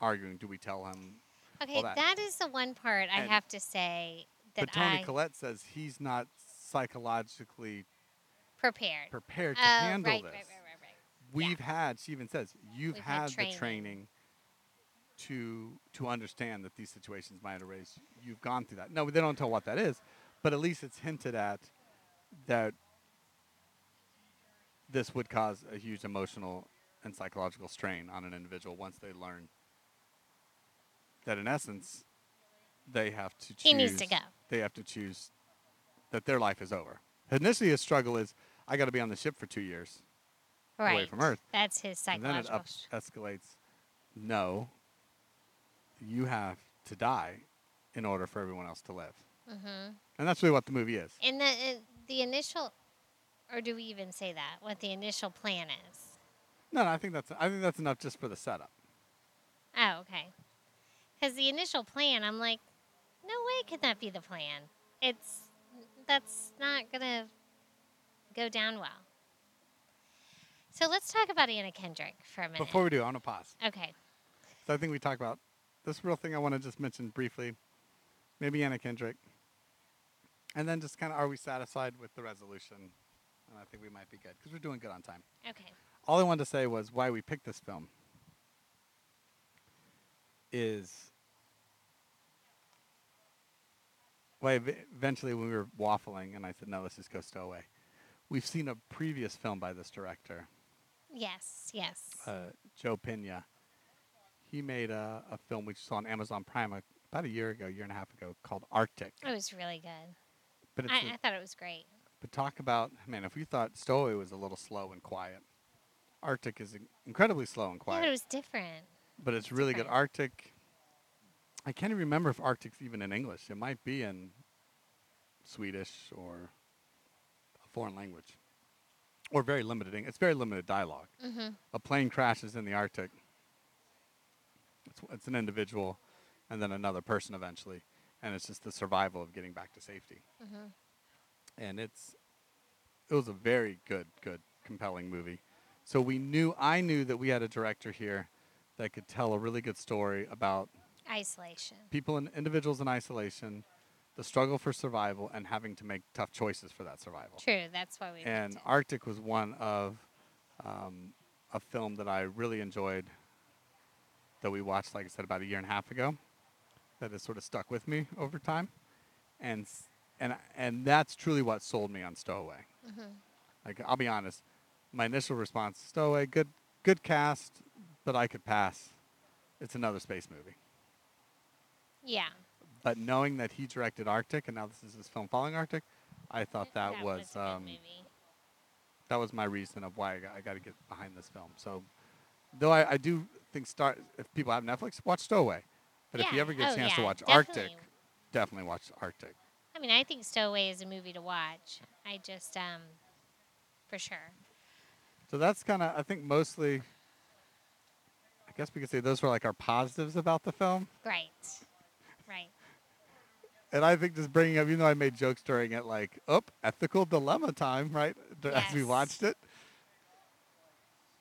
Speaker 5: arguing. Do we tell him?
Speaker 4: Okay,
Speaker 5: that-
Speaker 4: that is the one part I
Speaker 5: And-
Speaker 4: have to say that
Speaker 5: but Tony
Speaker 4: I
Speaker 5: Collette says he's not psychologically
Speaker 4: prepared.
Speaker 5: prepared to
Speaker 4: Oh,
Speaker 5: handle
Speaker 4: right, right, right,
Speaker 5: this.
Speaker 4: right, right.
Speaker 5: We've had. She even says you've
Speaker 4: We've
Speaker 5: had,
Speaker 4: had
Speaker 5: the
Speaker 4: training."
Speaker 5: training to to understand that these situations might arise. You've gone through that. No, they don't tell what that is, but at least it's hinted at that this would cause a huge emotional and psychological strain on an individual once they learn that in essence they have to choose
Speaker 4: He needs to go.
Speaker 5: they have to choose that their life is over initially his struggle is i got to be on the ship for two years
Speaker 4: Right.
Speaker 5: away from Earth.
Speaker 4: That's his
Speaker 5: and then it
Speaker 4: psychological.
Speaker 5: up escalates no you have to die in order for everyone else to live
Speaker 4: mm-hmm.
Speaker 5: and that's really what the movie is
Speaker 4: And the, uh, the initial, or do we even say that? What the initial plan is?
Speaker 5: no, no i think that's i think that's enough just for the setup
Speaker 4: Oh, okay. Because the initial plan, I'm like, no way could that be the plan. It's that's not gonna go down well. So let's talk about Anna Kendrick for a minute.
Speaker 5: before we do i want to pause
Speaker 4: okay.
Speaker 5: So I think we talk about this real thing I want to just mention briefly. Maybe Anna Kendrick. And then just kind of are we satisfied with the resolution? And I think we might be good because we're doing good on time.
Speaker 4: Okay.
Speaker 5: All I wanted to say was why we picked this film is why ev- eventually when we were waffling and I said, no, let's just go Stowaway. We've seen a previous film by this director
Speaker 4: Yes. Yes.
Speaker 5: uh, Joe Pena. He made a, a film we saw on Amazon Prime a, about a year ago, year and a half ago, called Arctic.
Speaker 4: it was really good.
Speaker 5: But, it's
Speaker 4: Uh, I,
Speaker 5: a-
Speaker 4: I thought it was great.
Speaker 5: but talk about, man, if you thought Stowaway was a little slow and quiet, Arctic is in- incredibly slow and
Speaker 4: I
Speaker 5: quiet.
Speaker 4: thought it was different.
Speaker 5: but it's really good.
Speaker 4: different.
Speaker 5: Arctic, I can't even remember if Arctic's even in English. It might be in Swedish or a foreign language, or very limited. Eng- It's very limited dialogue.
Speaker 4: Mm-hmm.
Speaker 5: a plane crashes in the Arctic. It's, it's an individual and then another person eventually. And it's just the survival of getting back to safety.
Speaker 4: Mm-hmm.
Speaker 5: And it's, it was a very good, good, compelling movie. So we knew, I knew that we had a director here that could tell a really good story about
Speaker 4: Isolation.
Speaker 5: people and individuals in isolation, the struggle for survival, and having to make tough choices for that survival
Speaker 4: True. That's why we. picked
Speaker 5: and
Speaker 4: it.
Speaker 5: Arctic was one of um, a film that I really enjoyed that we watched, like I said, about a year and a half ago. That has sort of stuck with me over time, and s- and I- and that's truly what sold me on Stowaway. Like I'll be honest, my initial response, Stowaway, good good cast, but I could pass. It's another space movie.
Speaker 4: yeah.
Speaker 5: But knowing that he directed Arctic, and now this is his film following Arctic, I thought that, was,
Speaker 4: a good
Speaker 5: um,
Speaker 4: movie.
Speaker 5: that was my reason of why I got, I got to get behind this film. So, though I, I do think start if people have Netflix, watch Stowaway. But if you
Speaker 4: Yeah.
Speaker 5: ever get a
Speaker 4: Oh,
Speaker 5: chance to
Speaker 4: yeah,
Speaker 5: watch Arctic,
Speaker 4: definitely.
Speaker 5: definitely watch Arctic.
Speaker 4: I mean, I think Stowaway is a movie to watch. I just, um, for sure.
Speaker 5: So that's kind of I think mostly. I guess we could say those were like our positives about the film,
Speaker 4: Right. Right.
Speaker 5: and I think just bringing up, even though I made jokes during it, like, "Oh, ethical dilemma time," right? d- As we
Speaker 4: Yes.
Speaker 5: watched it,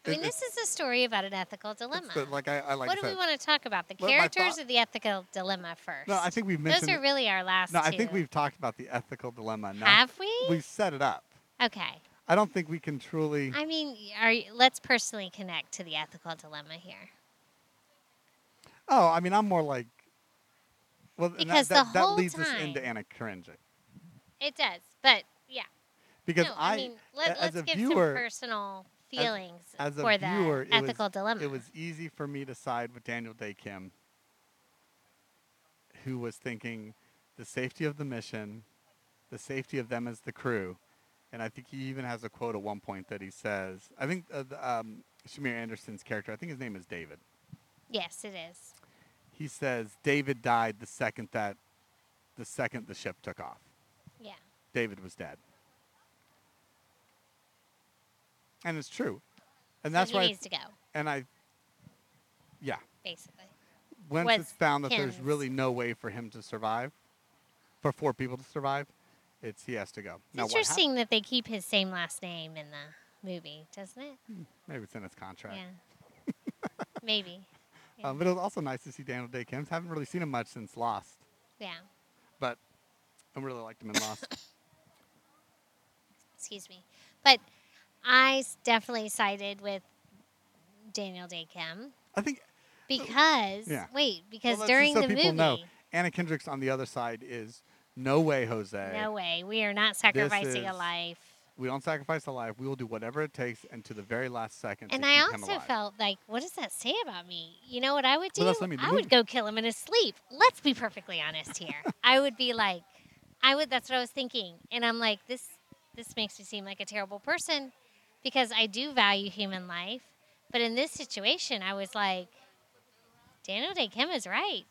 Speaker 4: I
Speaker 5: It-
Speaker 4: mean, this is a story about an ethical
Speaker 5: it's
Speaker 4: dilemma.
Speaker 5: the- like I, I like.
Speaker 4: what do
Speaker 5: said,
Speaker 4: we want to talk about? The
Speaker 5: Well, my
Speaker 4: characters
Speaker 5: thought-
Speaker 4: or the ethical dilemma first?
Speaker 5: No, I think we've
Speaker 4: Those
Speaker 5: mentioned.
Speaker 4: are really our last
Speaker 5: no,
Speaker 4: two.
Speaker 5: I think we've talked about the ethical dilemma. Now
Speaker 4: Have we?
Speaker 5: We've set it up.
Speaker 4: Okay.
Speaker 5: I don't think we can truly.
Speaker 4: I mean, are you, let's personally connect to the ethical dilemma here.
Speaker 5: Oh, I mean, I'm more like. Well, and
Speaker 4: Because
Speaker 5: that,
Speaker 4: the
Speaker 5: that, that
Speaker 4: whole
Speaker 5: leads us into
Speaker 4: time-
Speaker 5: Anna Karenjin.
Speaker 4: It does, but yeah.
Speaker 5: Because
Speaker 4: no, I, mean, let,
Speaker 5: a-
Speaker 4: let's
Speaker 5: as a
Speaker 4: give
Speaker 5: viewer,
Speaker 4: some personal feelings
Speaker 5: as a
Speaker 4: for
Speaker 5: viewer,
Speaker 4: the ethical
Speaker 5: it was,
Speaker 4: dilemma.
Speaker 5: It was easy for me to side with Daniel Day Kim, who was thinking the safety of the mission, the safety of them as the crew. And I think he even has a quote at one point that he says, I think uh, the, um, Shamir Anderson's character, I think his name is David.
Speaker 4: yes, it is.
Speaker 5: He says, David died the second that, the second the ship took off.
Speaker 4: Yeah.
Speaker 5: David was dead. And it's true. And that's
Speaker 4: so he
Speaker 5: why. I-
Speaker 4: needs to go,
Speaker 5: and I. Yeah.
Speaker 4: basically.
Speaker 5: Once
Speaker 4: Was
Speaker 5: it's found that there's
Speaker 4: Kim's.
Speaker 5: really no way for him to survive, for four people to survive, it's he has to go.
Speaker 4: It's
Speaker 5: Now, what hap-
Speaker 4: interesting that they keep his same last name in the movie, doesn't it?
Speaker 5: Maybe it's in his contract.
Speaker 4: Yeah. Maybe.
Speaker 5: Um, but it was also nice to see Daniel Day Kim's. Haven't really seen him much since Lost,
Speaker 4: Yeah.
Speaker 5: but I really liked him in Lost.
Speaker 4: Excuse me. But I s- definitely sided with Daniel Day Kim
Speaker 5: I think
Speaker 4: because
Speaker 5: yeah.
Speaker 4: wait, because
Speaker 5: well, that's just
Speaker 4: during
Speaker 5: so
Speaker 4: the
Speaker 5: people
Speaker 4: movie,
Speaker 5: know, Anna Kendrick's on the other side is no way, Jose.
Speaker 4: no way, we are not sacrificing a
Speaker 5: is-
Speaker 4: life.
Speaker 5: We don't sacrifice a life. We will do whatever it takes, and to the very last second.
Speaker 4: And
Speaker 5: to
Speaker 4: I
Speaker 5: keep him
Speaker 4: also
Speaker 5: alive.
Speaker 4: felt like, what does that say about me? You know what I would do?
Speaker 5: Well, that's what I mean, the movie-
Speaker 4: would go kill him in his sleep. Let's be perfectly honest here. I would be like, I would. That's what I was thinking, and I'm like, this, this makes me seem like a terrible person, because I do value human life, but in this situation, I was like, Daniel Day Kim is right,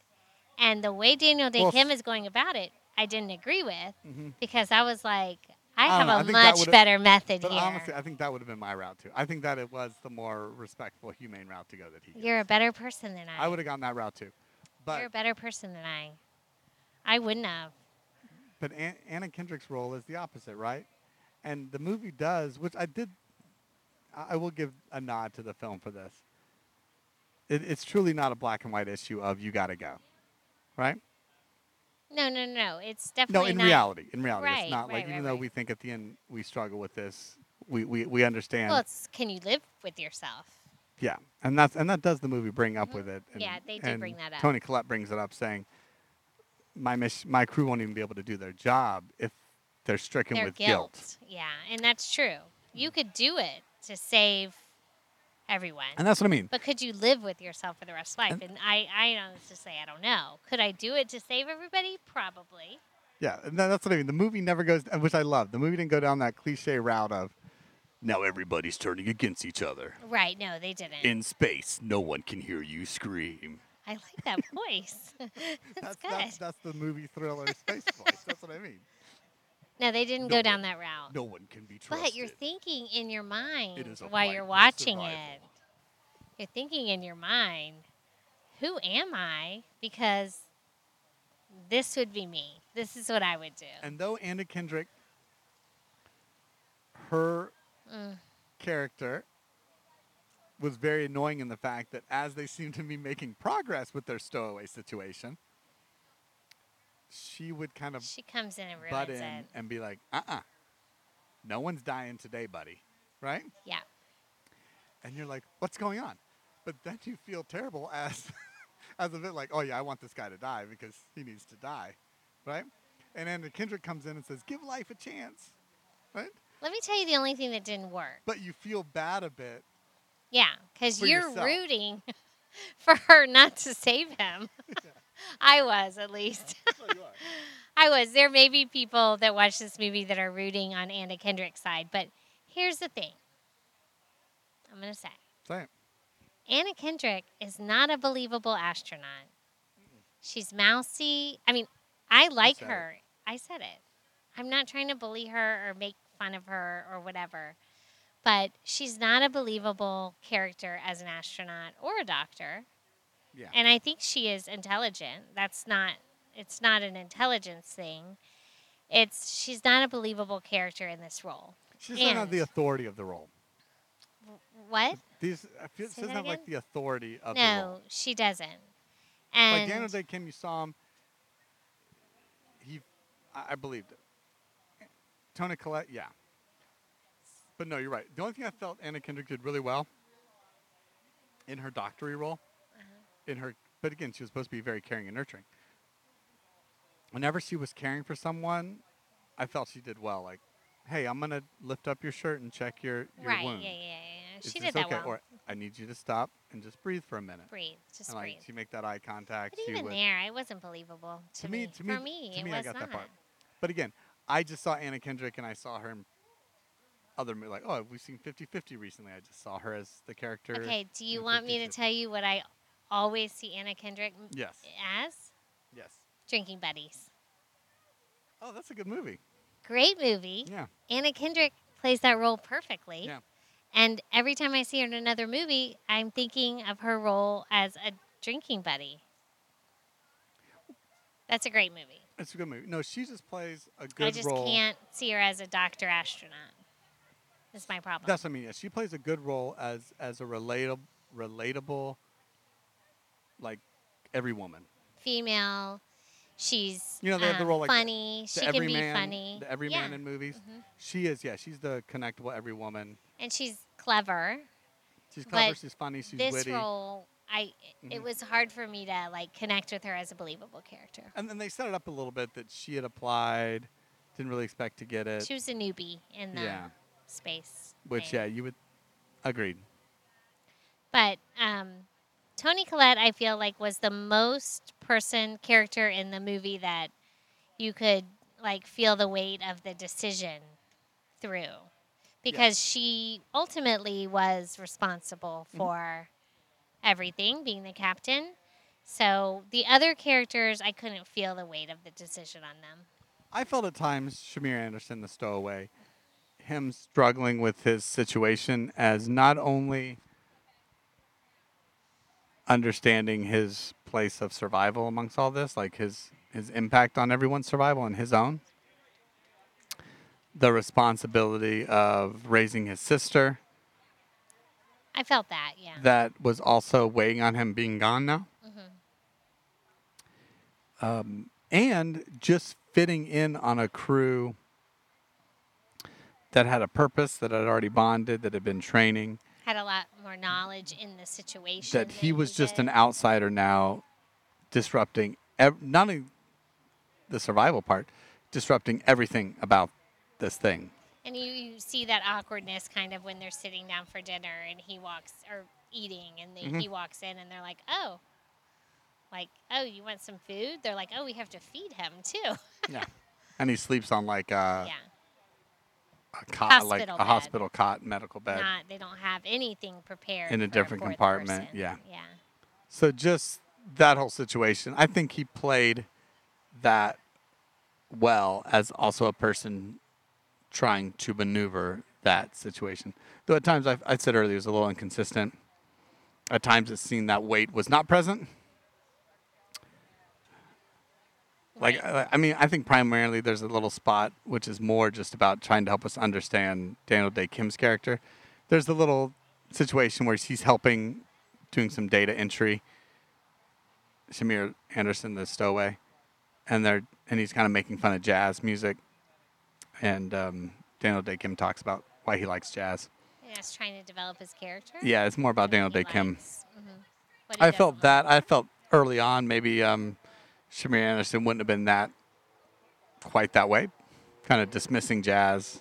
Speaker 4: and the way Daniel Day
Speaker 5: Well,
Speaker 4: Kim
Speaker 5: s- Mm-hmm.
Speaker 4: is going about it, I didn't agree with, because I was like, I,
Speaker 5: I
Speaker 4: have
Speaker 5: don't know, I
Speaker 4: a
Speaker 5: think that
Speaker 4: much
Speaker 5: would've-
Speaker 4: better method
Speaker 5: But
Speaker 4: here.
Speaker 5: honestly, I think that would have been my route too. I think that it was the more respectful, humane route to go that he. Gets.
Speaker 4: You're a better person than I.
Speaker 5: I would have gone that route too, but
Speaker 4: You're a better person than I. I wouldn't have.
Speaker 5: but An- Anna Kendrick's role is the opposite, right? And the movie does, which I did. I I will give a nod to the film for this. It, it's truly not a black and white issue of you got to go, right?
Speaker 4: No, no, no, no. It's definitely
Speaker 5: No, in
Speaker 4: not.
Speaker 5: reality, in reality,
Speaker 4: Right,
Speaker 5: it's not
Speaker 4: right,
Speaker 5: like even
Speaker 4: right,
Speaker 5: though
Speaker 4: right.
Speaker 5: we think at the end we struggle with this, we we, we understand.
Speaker 4: Well, it's can you live with yourself?
Speaker 5: Yeah, and that's and that does the movie bring up with it.
Speaker 4: Mm-hmm.
Speaker 5: And,
Speaker 4: Yeah, they do bring
Speaker 5: and
Speaker 4: that up.
Speaker 5: Tony Collette brings it up, saying, "My miss- my crew won't even be able to do their job if they're stricken
Speaker 4: Their
Speaker 5: with Mm.
Speaker 4: guilt. Yeah, and that's true. You could do it to save everyone.
Speaker 5: And that's what I mean.
Speaker 4: but could you live with yourself for the rest of life?
Speaker 5: And-
Speaker 4: And, I, I honestly say I don't know. Could I do it to save everybody? Probably.
Speaker 5: yeah, and that- that's what I mean. The movie never goes, and which I love. The movie didn't go down that cliche route of now everybody's turning against each other
Speaker 4: Right? No, they didn't.
Speaker 5: in space. No one can hear you scream.
Speaker 4: I like that voice. that's, good.
Speaker 5: that's that's the movie thriller space voice. That's what I mean.
Speaker 4: no, they didn't
Speaker 5: No.
Speaker 4: go down that route.
Speaker 5: No one can be trusted.
Speaker 4: But you're thinking in your mind
Speaker 5: is a
Speaker 4: while
Speaker 5: fight
Speaker 4: you're
Speaker 5: for
Speaker 4: watching
Speaker 5: survival.
Speaker 4: it. You're thinking in your mind, who am I? Because this would be me. This is what I would do.
Speaker 5: And though Anna Kendrick, her character was very annoying in the fact that as they seemed to be making progress with their stowaway situation, she would kind of
Speaker 4: she comes in and ruins
Speaker 5: butt in
Speaker 4: it.
Speaker 5: and be like, uh uh no one's dying today, buddy. Right?
Speaker 4: Yeah.
Speaker 5: And you're like, what's going on? But then you feel terrible as, as a bit like, oh yeah, I want this guy to die because he needs to die. Right? And then Kendrick comes in and says, give life a chance. Right?
Speaker 4: Let me tell you the only thing that didn't work.
Speaker 5: but you feel bad a bit.
Speaker 4: Yeah, because
Speaker 5: For
Speaker 4: you're
Speaker 5: yourself.
Speaker 4: rooting for her not to save him. I was, at least. I was. There may be people that watch this movie that are rooting on Anna Kendrick's side, but here's the thing I'm going to say
Speaker 5: Same.
Speaker 4: Anna Kendrick is not a believable astronaut. She's mousy. I mean, I like
Speaker 5: said it.
Speaker 4: her. I said it. I'm not trying to bully her or make fun of her or whatever, but she's not a believable character as an astronaut or a doctor.
Speaker 5: Yeah.
Speaker 4: And I think she is intelligent. That's not it's not an intelligence thing. It's she's not a believable character in this role.
Speaker 5: She doesn't have the
Speaker 4: and-
Speaker 5: authority of the role.
Speaker 4: What?
Speaker 5: These, I feel,
Speaker 4: Say
Speaker 5: she doesn't
Speaker 4: that
Speaker 5: have like
Speaker 4: again?
Speaker 5: the authority of the
Speaker 4: No,
Speaker 5: role.
Speaker 4: she doesn't. And
Speaker 5: like Daniel Day Kim, you saw him. He, I, I believed it. Tony Collette, yeah. But no, you're right. The only thing I felt Anna Kendrick did really well in her doctory role,
Speaker 4: Mm-hmm.
Speaker 5: in her, but again, she was supposed to be very caring and nurturing. Whenever she was caring for someone, I felt she did well. Like, hey, I'm gonna lift up your shirt and check your your
Speaker 4: right,
Speaker 5: wound.
Speaker 4: yeah, yeah, yeah. yeah.
Speaker 5: Is
Speaker 4: She
Speaker 5: this
Speaker 4: did that
Speaker 5: okay?
Speaker 4: well.
Speaker 5: Or I need you to stop and just breathe for a minute.
Speaker 4: breathe, just
Speaker 5: and like
Speaker 4: breathe.
Speaker 5: she make that eye contact.
Speaker 4: But
Speaker 5: she
Speaker 4: even
Speaker 5: would,
Speaker 4: there, it wasn't believable to,
Speaker 5: to me, to me,
Speaker 4: For me,
Speaker 5: to
Speaker 4: it
Speaker 5: me,
Speaker 4: was
Speaker 5: I got
Speaker 4: not.
Speaker 5: that part. But again, I just saw Anna Kendrick and I saw her in other mo- like oh we've seen 50-50 recently. I just saw her as the character.
Speaker 4: Okay, do you
Speaker 5: in
Speaker 4: want me to
Speaker 5: 50-50.
Speaker 4: tell you what I always see Anna Kendrick m-
Speaker 5: Yes.
Speaker 4: as?
Speaker 5: Yes.
Speaker 4: Drinking Buddies.
Speaker 5: Oh, that's a good movie.
Speaker 4: Great movie.
Speaker 5: Yeah.
Speaker 4: Anna Kendrick plays that role perfecly.
Speaker 5: Yeah.
Speaker 4: And every time I see her in another movie, I'm thinking of her role as a drinking buddy. That's a great movie.
Speaker 5: It's a good movie. No, she just plays a good
Speaker 4: I just
Speaker 5: role.
Speaker 4: can't see her as a doctor astronaut. That's my problem.
Speaker 5: That's what I mean. Yeah, she plays a good role as as a relatable, relatable, like every woman.
Speaker 4: Female. She's
Speaker 5: You know, they have the
Speaker 4: um,
Speaker 5: role like the-
Speaker 4: funny.
Speaker 5: The
Speaker 4: she can be
Speaker 5: everyman-
Speaker 4: funny.
Speaker 5: The every
Speaker 4: yeah. Mm-hmm.
Speaker 5: man in movies. She is. Yeah, she's the connectable every woman.
Speaker 4: and she's clever.
Speaker 5: She's clever.
Speaker 4: But
Speaker 5: she's funny. She's
Speaker 4: this
Speaker 5: witty.
Speaker 4: role, I it
Speaker 5: Mhm.
Speaker 4: was hard for me to like connect with her as a believable character.
Speaker 5: And then they set it up a little bit that she had applied, didn't really expect to get it.
Speaker 4: She was a newbie in the
Speaker 5: Yeah.
Speaker 4: space.
Speaker 5: which
Speaker 4: thing.
Speaker 5: yeah, you would agreed.
Speaker 4: But um, Tony Collette, I feel like, was the most person character in the movie that you could like feel the weight of the decision through, because she ultimately was responsible
Speaker 5: Mm-hmm.
Speaker 4: for everything, being the captain. So the other characters, I couldn't feel the weight of the decision on them.
Speaker 5: I felt at times Shamir Anderson, the stowaway, him struggling with his situation as not only understanding his place of survival amongst all this, like his his impact on everyone's survival and his own, the responsibility of raising his sister
Speaker 4: I felt that, yeah.
Speaker 5: that was also weighing on him being gone now.
Speaker 4: Mm-hmm.
Speaker 5: Um, and just fitting in on a crew that had a purpose, that had already bonded, that had been training,
Speaker 4: Had a lot more knowledge in the situation.
Speaker 5: that he
Speaker 4: than
Speaker 5: was just
Speaker 4: did.
Speaker 5: an outsider now, disrupting ev- not only the survival part, disrupting everything about this thing.
Speaker 4: And you, you see that awkwardness kind of when they're sitting down for dinner and he walks or eating and they,
Speaker 5: Mm-hmm.
Speaker 4: he walks in and they're like, oh, like, oh, you want some food? They're like, oh, we have to feed him too.
Speaker 5: Yeah. And he sleeps on like a,
Speaker 4: yeah.
Speaker 5: a cot, like
Speaker 4: Hospital
Speaker 5: a
Speaker 4: bed.
Speaker 5: hospital cot, medical bed.
Speaker 4: Not, they don't have anything prepared
Speaker 5: In a
Speaker 4: for
Speaker 5: different
Speaker 4: fourth
Speaker 5: compartment,
Speaker 4: person.
Speaker 5: yeah.
Speaker 4: Yeah.
Speaker 5: So just that whole situation, I think he played that well as also a person trying to maneuver that situation. Though at times I, I said earlier it was a little inconsistent. At times it seemed that weight was not present. Like I I mean, I think primarily there's a little spot which is more just about trying to help us understand Daniel Day Kim's character. There's the little situation where he's helping doing some data entry. Shamir Anderson, the stowaway, and they're and he's kind of making fun of jazz music, and um, Daniel Day Kim talks about why he likes jazz.
Speaker 4: And that's trying to develop his character.
Speaker 5: Yeah, it's more about Daniel
Speaker 4: He
Speaker 5: Day Kim.
Speaker 4: likes- mhm. What he
Speaker 5: I felt
Speaker 4: doesn't like.
Speaker 5: that I felt early on maybe um, Shamir Anderson wouldn't have been that quite that way, kind of dismissing jazz.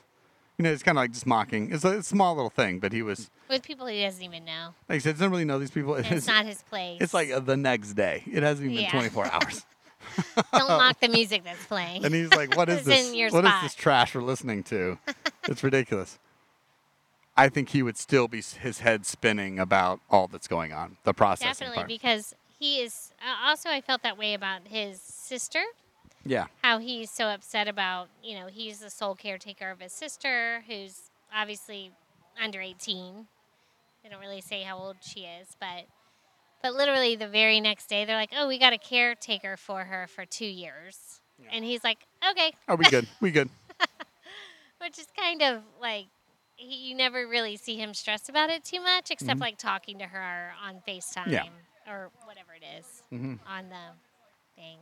Speaker 5: You know, it's kind of like just mocking. It's a small little thing, but he was
Speaker 4: With people he doesn't even know.
Speaker 5: like I said, doesn't really know these people.
Speaker 4: And it's not his place.
Speaker 5: It's like uh, the next day. It hasn't even
Speaker 4: Yeah.
Speaker 5: been 24 hours.
Speaker 4: don't mock the music that's playing.
Speaker 5: And he's like, "What is
Speaker 4: It's
Speaker 5: this?
Speaker 4: in your
Speaker 5: What is
Speaker 4: spot."
Speaker 5: this trash we're listening to? It's ridiculous." I think he would still be s- his head spinning about all that's going on, the processing
Speaker 4: Definitely,
Speaker 5: part.
Speaker 4: because he is. Uh, also, I felt that way about his sister.
Speaker 5: yeah,
Speaker 4: How he's so upset about, you know, he's the sole caretaker of his sister, who's obviously under 18. They don't really say how old she is, but but literally the very next day, they're like, "Oh, we got a caretaker for her for two years," and he's like, "Okay,"
Speaker 5: are we good? We good?
Speaker 4: which is kind of like he, you never really see him stressed about it too much, except like talking to her on Facetime or whatever it is
Speaker 5: hmm
Speaker 4: on the thing.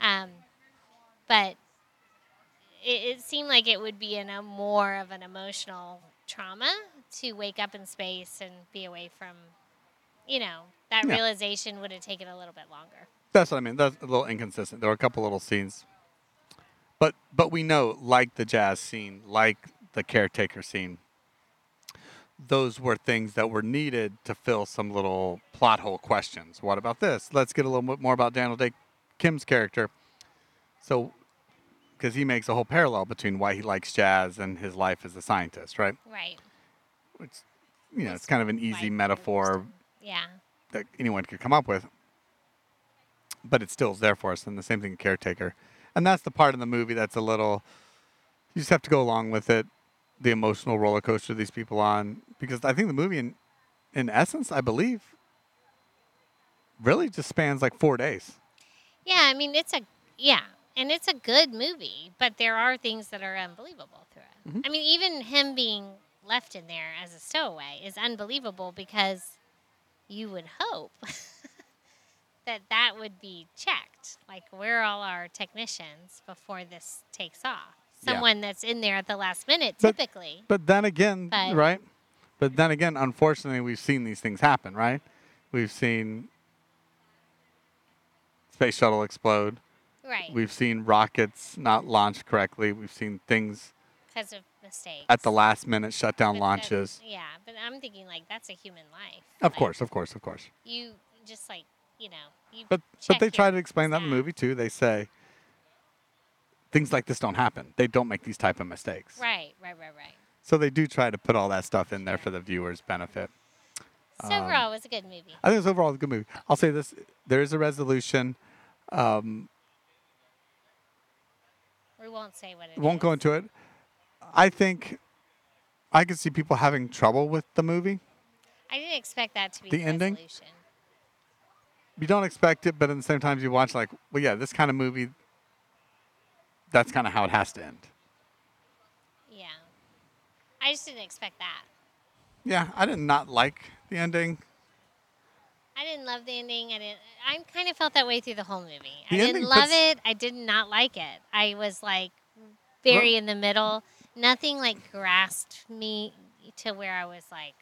Speaker 4: Um, but it, it seemed like it would be in a more of an emotional trauma to wake up in space and be away from, you know, that
Speaker 5: Yeah.
Speaker 4: realization would have taken a little bit longer.
Speaker 5: That's what I mean. That's a little inconsistent. There were a couple little scenes, but but we know, like the jazz scene, like the caretaker scene, those were things that were needed to fill some little plot hole questions. What about this? Let's get a little bit more about Daniel Day Kim's character. So, because he makes a whole parallel between why he likes jazz and his life as a scientist, right?
Speaker 4: Right.
Speaker 5: Which, you know, it's kind of an
Speaker 4: Why
Speaker 5: easy
Speaker 4: he
Speaker 5: metaphor
Speaker 4: Yeah.
Speaker 5: that anyone could come up with. But it still is there for us, and the same thing with caretaker, and that's the part in the movie that's a little. You just have to go along with it, the emotional roller coaster these people on because I think the movie, in, in essence, I believe, really just spans like four days.
Speaker 4: Yeah, I mean it's a yeah, and it's a good movie, but there are things that are unbelievable through it.
Speaker 5: Mm-hmm.
Speaker 4: I mean, even him being left in there as a stowaway is unbelievable because you would hope that that would be checked. Like where are all our technicians before this takes off?
Speaker 5: Yeah.
Speaker 4: Someone that's in there at the last minute,
Speaker 5: But-
Speaker 4: typically.
Speaker 5: But then again,
Speaker 4: But-
Speaker 5: right? But then again, unfortunately, we've seen these things happen, right? We've seen space shuttle explode.
Speaker 4: right.
Speaker 5: We've seen rockets not launched correctly. We've seen things
Speaker 4: Because of mistakes.
Speaker 5: at the last minute shut down
Speaker 4: But that-
Speaker 5: launches.
Speaker 4: Yeah, but I'm thinking like that's a human life.
Speaker 5: Of
Speaker 4: Like,
Speaker 5: course, of course, of course.
Speaker 4: You just like, you know, you
Speaker 5: But
Speaker 4: check
Speaker 5: but they try
Speaker 4: your
Speaker 5: to explain that in the
Speaker 4: staff.
Speaker 5: movie too. They say things like this don't happen. They don't make these type of mistakes.
Speaker 4: Right, right, right, right.
Speaker 5: So they do try to put all that stuff in there for the viewers' benefit.
Speaker 4: So
Speaker 5: Um,
Speaker 4: overall, it was a good movie.
Speaker 5: I think it's overall a good movie. I'll say this: there is a resolution.
Speaker 4: We won't say what it
Speaker 5: Won't go
Speaker 4: is.
Speaker 5: into it. I think I could see people having trouble with the movie.
Speaker 4: I didn't expect that to be
Speaker 5: The
Speaker 4: the,
Speaker 5: ending?
Speaker 4: resolution.
Speaker 5: You don't expect it, but at the same time, you watch like, well, yeah, this kind of movie. That's kind of how it has to end.
Speaker 4: Yeah, I just didn't expect that.
Speaker 5: Yeah, I did not like the ending.
Speaker 4: I didn't love the ending. I didn't. I kind of felt that way through the whole movie.
Speaker 5: The
Speaker 4: I
Speaker 5: ending
Speaker 4: didn't love
Speaker 5: puts-
Speaker 4: it. I did not like it. I was like very in the middle. Nothing like grasped me to where I was like,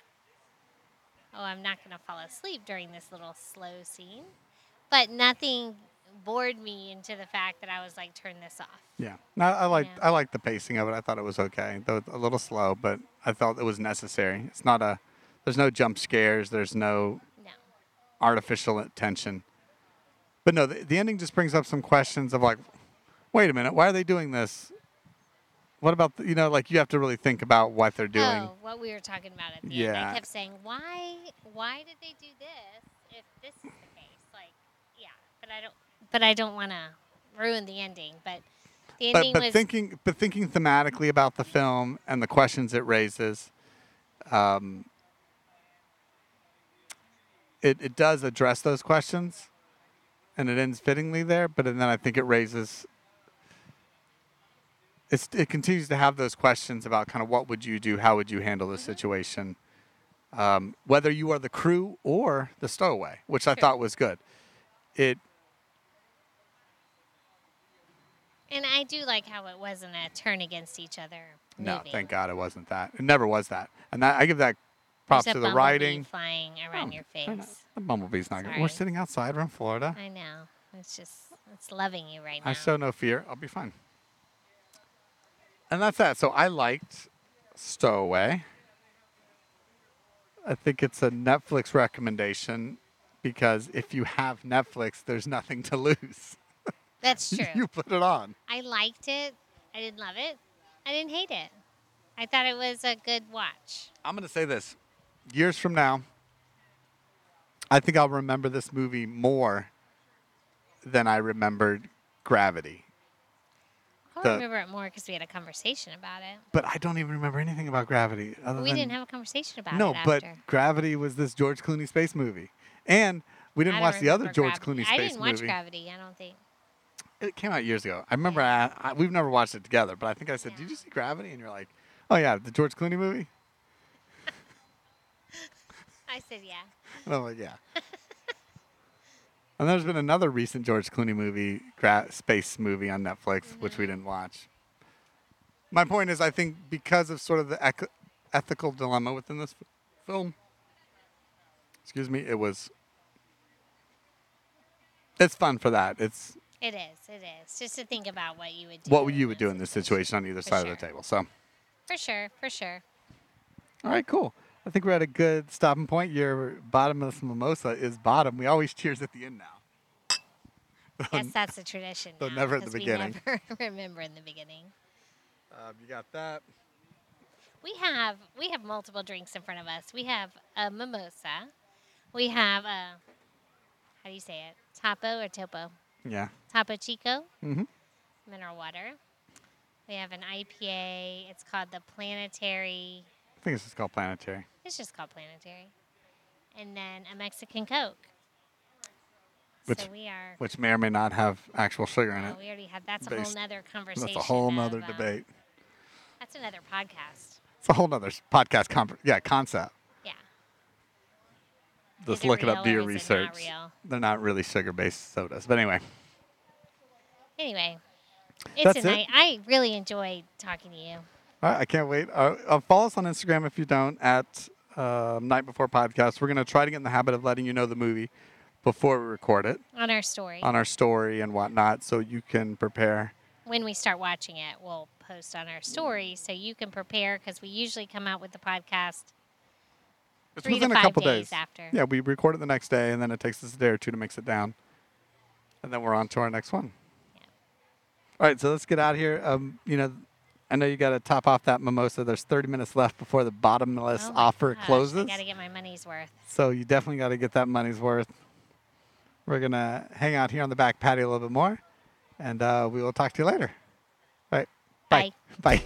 Speaker 4: "Oh, I'm not going to fall asleep during this little slow scene," but nothing bored me into the fact that I was like, "Turn this off."
Speaker 5: Yeah, no, I like
Speaker 4: Yeah.
Speaker 5: I liked the pacing of it. I thought it was okay, though it's a little slow, but I felt it was necessary. It's not a there's no jump scares. There's no
Speaker 4: No.
Speaker 5: artificial tension. But no, the, the ending just brings up some questions of like, wait a minute, why are they doing this? What about the, you know like you have to really think about what they're doing.
Speaker 4: Oh, what we were talking about at the end.
Speaker 5: Yeah.
Speaker 4: I kept saying, why, why did they do this if this is the case? Like, yeah, but I don't, but I don't want to ruin the ending. But the
Speaker 5: but
Speaker 4: ending
Speaker 5: but
Speaker 4: was
Speaker 5: thinking but thinking thematically about the film and the questions it raises, um, it it does address those questions, and it ends fittingly there. But then I think it raises. It's, it continues to have those questions about kind of what would you do, how would you handle
Speaker 4: Mm-hmm.
Speaker 5: this situation, um, whether you are the crew or the stowaway, which I thought was good. It
Speaker 4: and I do like how it wasn't a turn against each other.
Speaker 5: No,
Speaker 4: movie.
Speaker 5: thank God it wasn't that. It never was that. And that, I give that
Speaker 4: There's
Speaker 5: props
Speaker 4: a
Speaker 5: to the
Speaker 4: bumblebee
Speaker 5: writing.
Speaker 4: flying around your
Speaker 5: They're not-
Speaker 4: face.
Speaker 5: The bumblebee's not good. We're
Speaker 4: Sorry.
Speaker 5: sitting outside. We're in Florida.
Speaker 4: I know. It's just it's loving you right now.
Speaker 5: I show no fear. I'll be fine. And that's that. So I liked Stowaway. I think it's a Netflix recommendation because if you have Netflix, there's nothing to lose.
Speaker 4: That's true.
Speaker 5: you put it on.
Speaker 4: I liked it. I didn't love it. I didn't hate it. I thought it was a good watch.
Speaker 5: I'm going to say this. Years from now, I think I'll remember this movie more than I remembered Gravity.
Speaker 4: I
Speaker 5: The-
Speaker 4: remember it more because we had a conversation about it.
Speaker 5: But I don't even remember anything about Gravity. Other
Speaker 4: We
Speaker 5: than,
Speaker 4: didn't have a conversation about
Speaker 5: No,
Speaker 4: it after.
Speaker 5: but Gravity was this George Clooney space movie. And
Speaker 4: I
Speaker 5: we didn't
Speaker 4: don't
Speaker 5: watch the other
Speaker 4: remember
Speaker 5: George
Speaker 4: Gravity.
Speaker 5: Clooney space
Speaker 4: I didn't watch
Speaker 5: movie.
Speaker 4: Gravity. I don't think.
Speaker 5: It came out years ago. I remember I, I, we've never watched it together, but I think I said,
Speaker 4: Yeah.
Speaker 5: "Did you see Gravity?" And you're like, "Oh yeah, the George Clooney movie."
Speaker 4: I said yeah.
Speaker 5: And I'm like, yeah. and there's been another recent George Clooney movie, gra- space movie on Netflix, which
Speaker 4: Mm-hmm.
Speaker 5: we didn't watch. My point is, I think because of sort of the ec- ethical dilemma within this f- film, excuse me, it was. It's fun for that. It's
Speaker 4: It is. It is. Just to think about what you would do.
Speaker 5: what you would do in this situation on either
Speaker 4: For
Speaker 5: side of the
Speaker 4: sure.
Speaker 5: table. So,
Speaker 4: For sure. For sure.
Speaker 5: all right, cool. I think we're at a good stopping point. Your bottomless mimosa is bottom. We always cheers at the end now.
Speaker 4: Yes, that's a tradition.
Speaker 5: though
Speaker 4: now,
Speaker 5: never at the
Speaker 4: 'cause we
Speaker 5: beginning.
Speaker 4: never remember in the beginning.
Speaker 5: Um, you got that.
Speaker 4: We have we have multiple drinks in front of us. We have a mimosa. We have a how do you say it? Tapo or topo?
Speaker 5: Yeah.
Speaker 4: Tapo Chico.
Speaker 5: Mhm.
Speaker 4: Mineral water. We They have an IPA. It's called the Planetary.
Speaker 5: I think this is called Planetary.
Speaker 4: It's just called Planetary. And then a Mexican Coke.
Speaker 5: Which-
Speaker 4: so we are.
Speaker 5: which may or may not have actual sugar in
Speaker 4: oh,
Speaker 5: it.
Speaker 4: we already had. That's a
Speaker 5: Based-
Speaker 4: whole nother conversation.
Speaker 5: That's a whole
Speaker 4: of,
Speaker 5: nother
Speaker 4: um,
Speaker 5: debate.
Speaker 4: That's another podcast.
Speaker 5: It's a whole nother s- podcast conver- yeah, concept.
Speaker 4: Yeah.
Speaker 5: Just
Speaker 4: it
Speaker 5: look it up,
Speaker 4: real
Speaker 5: do your
Speaker 4: or is it not
Speaker 5: research.
Speaker 4: real?
Speaker 5: They're not really sugar based sodas. But anyway,
Speaker 4: Anyway, it's
Speaker 5: That's
Speaker 4: a
Speaker 5: it?
Speaker 4: night. I really enjoyed talking to you.
Speaker 5: all right, I can't wait. Uh, uh, follow us on Instagram if you don't at uh, Night Before Podcast. We're going to try to get in the habit of letting you know the movie before we record it
Speaker 4: on our story.
Speaker 5: on our story and whatnot so you can prepare.
Speaker 4: when we start watching it, we'll post on our story so you can prepare because we usually come out with the podcast.
Speaker 5: It's
Speaker 4: Three to
Speaker 5: within a
Speaker 4: five
Speaker 5: couple
Speaker 4: days after.
Speaker 5: Yeah, we record it the next day and then it takes us a day or two to mix it down. And then we're on to our next one. All right, so let's get out of here. Um, you know, I know you got to top off that mimosa. There's 30 minutes left before the bottomless
Speaker 4: Oh my
Speaker 5: offer
Speaker 4: gosh, I
Speaker 5: closes.
Speaker 4: got to get my money's worth.
Speaker 5: So you definitely got to get that money's worth. We're going to hang out here on the back patio a little bit more, and uh, we will talk to you later. All right. Bye. Bye.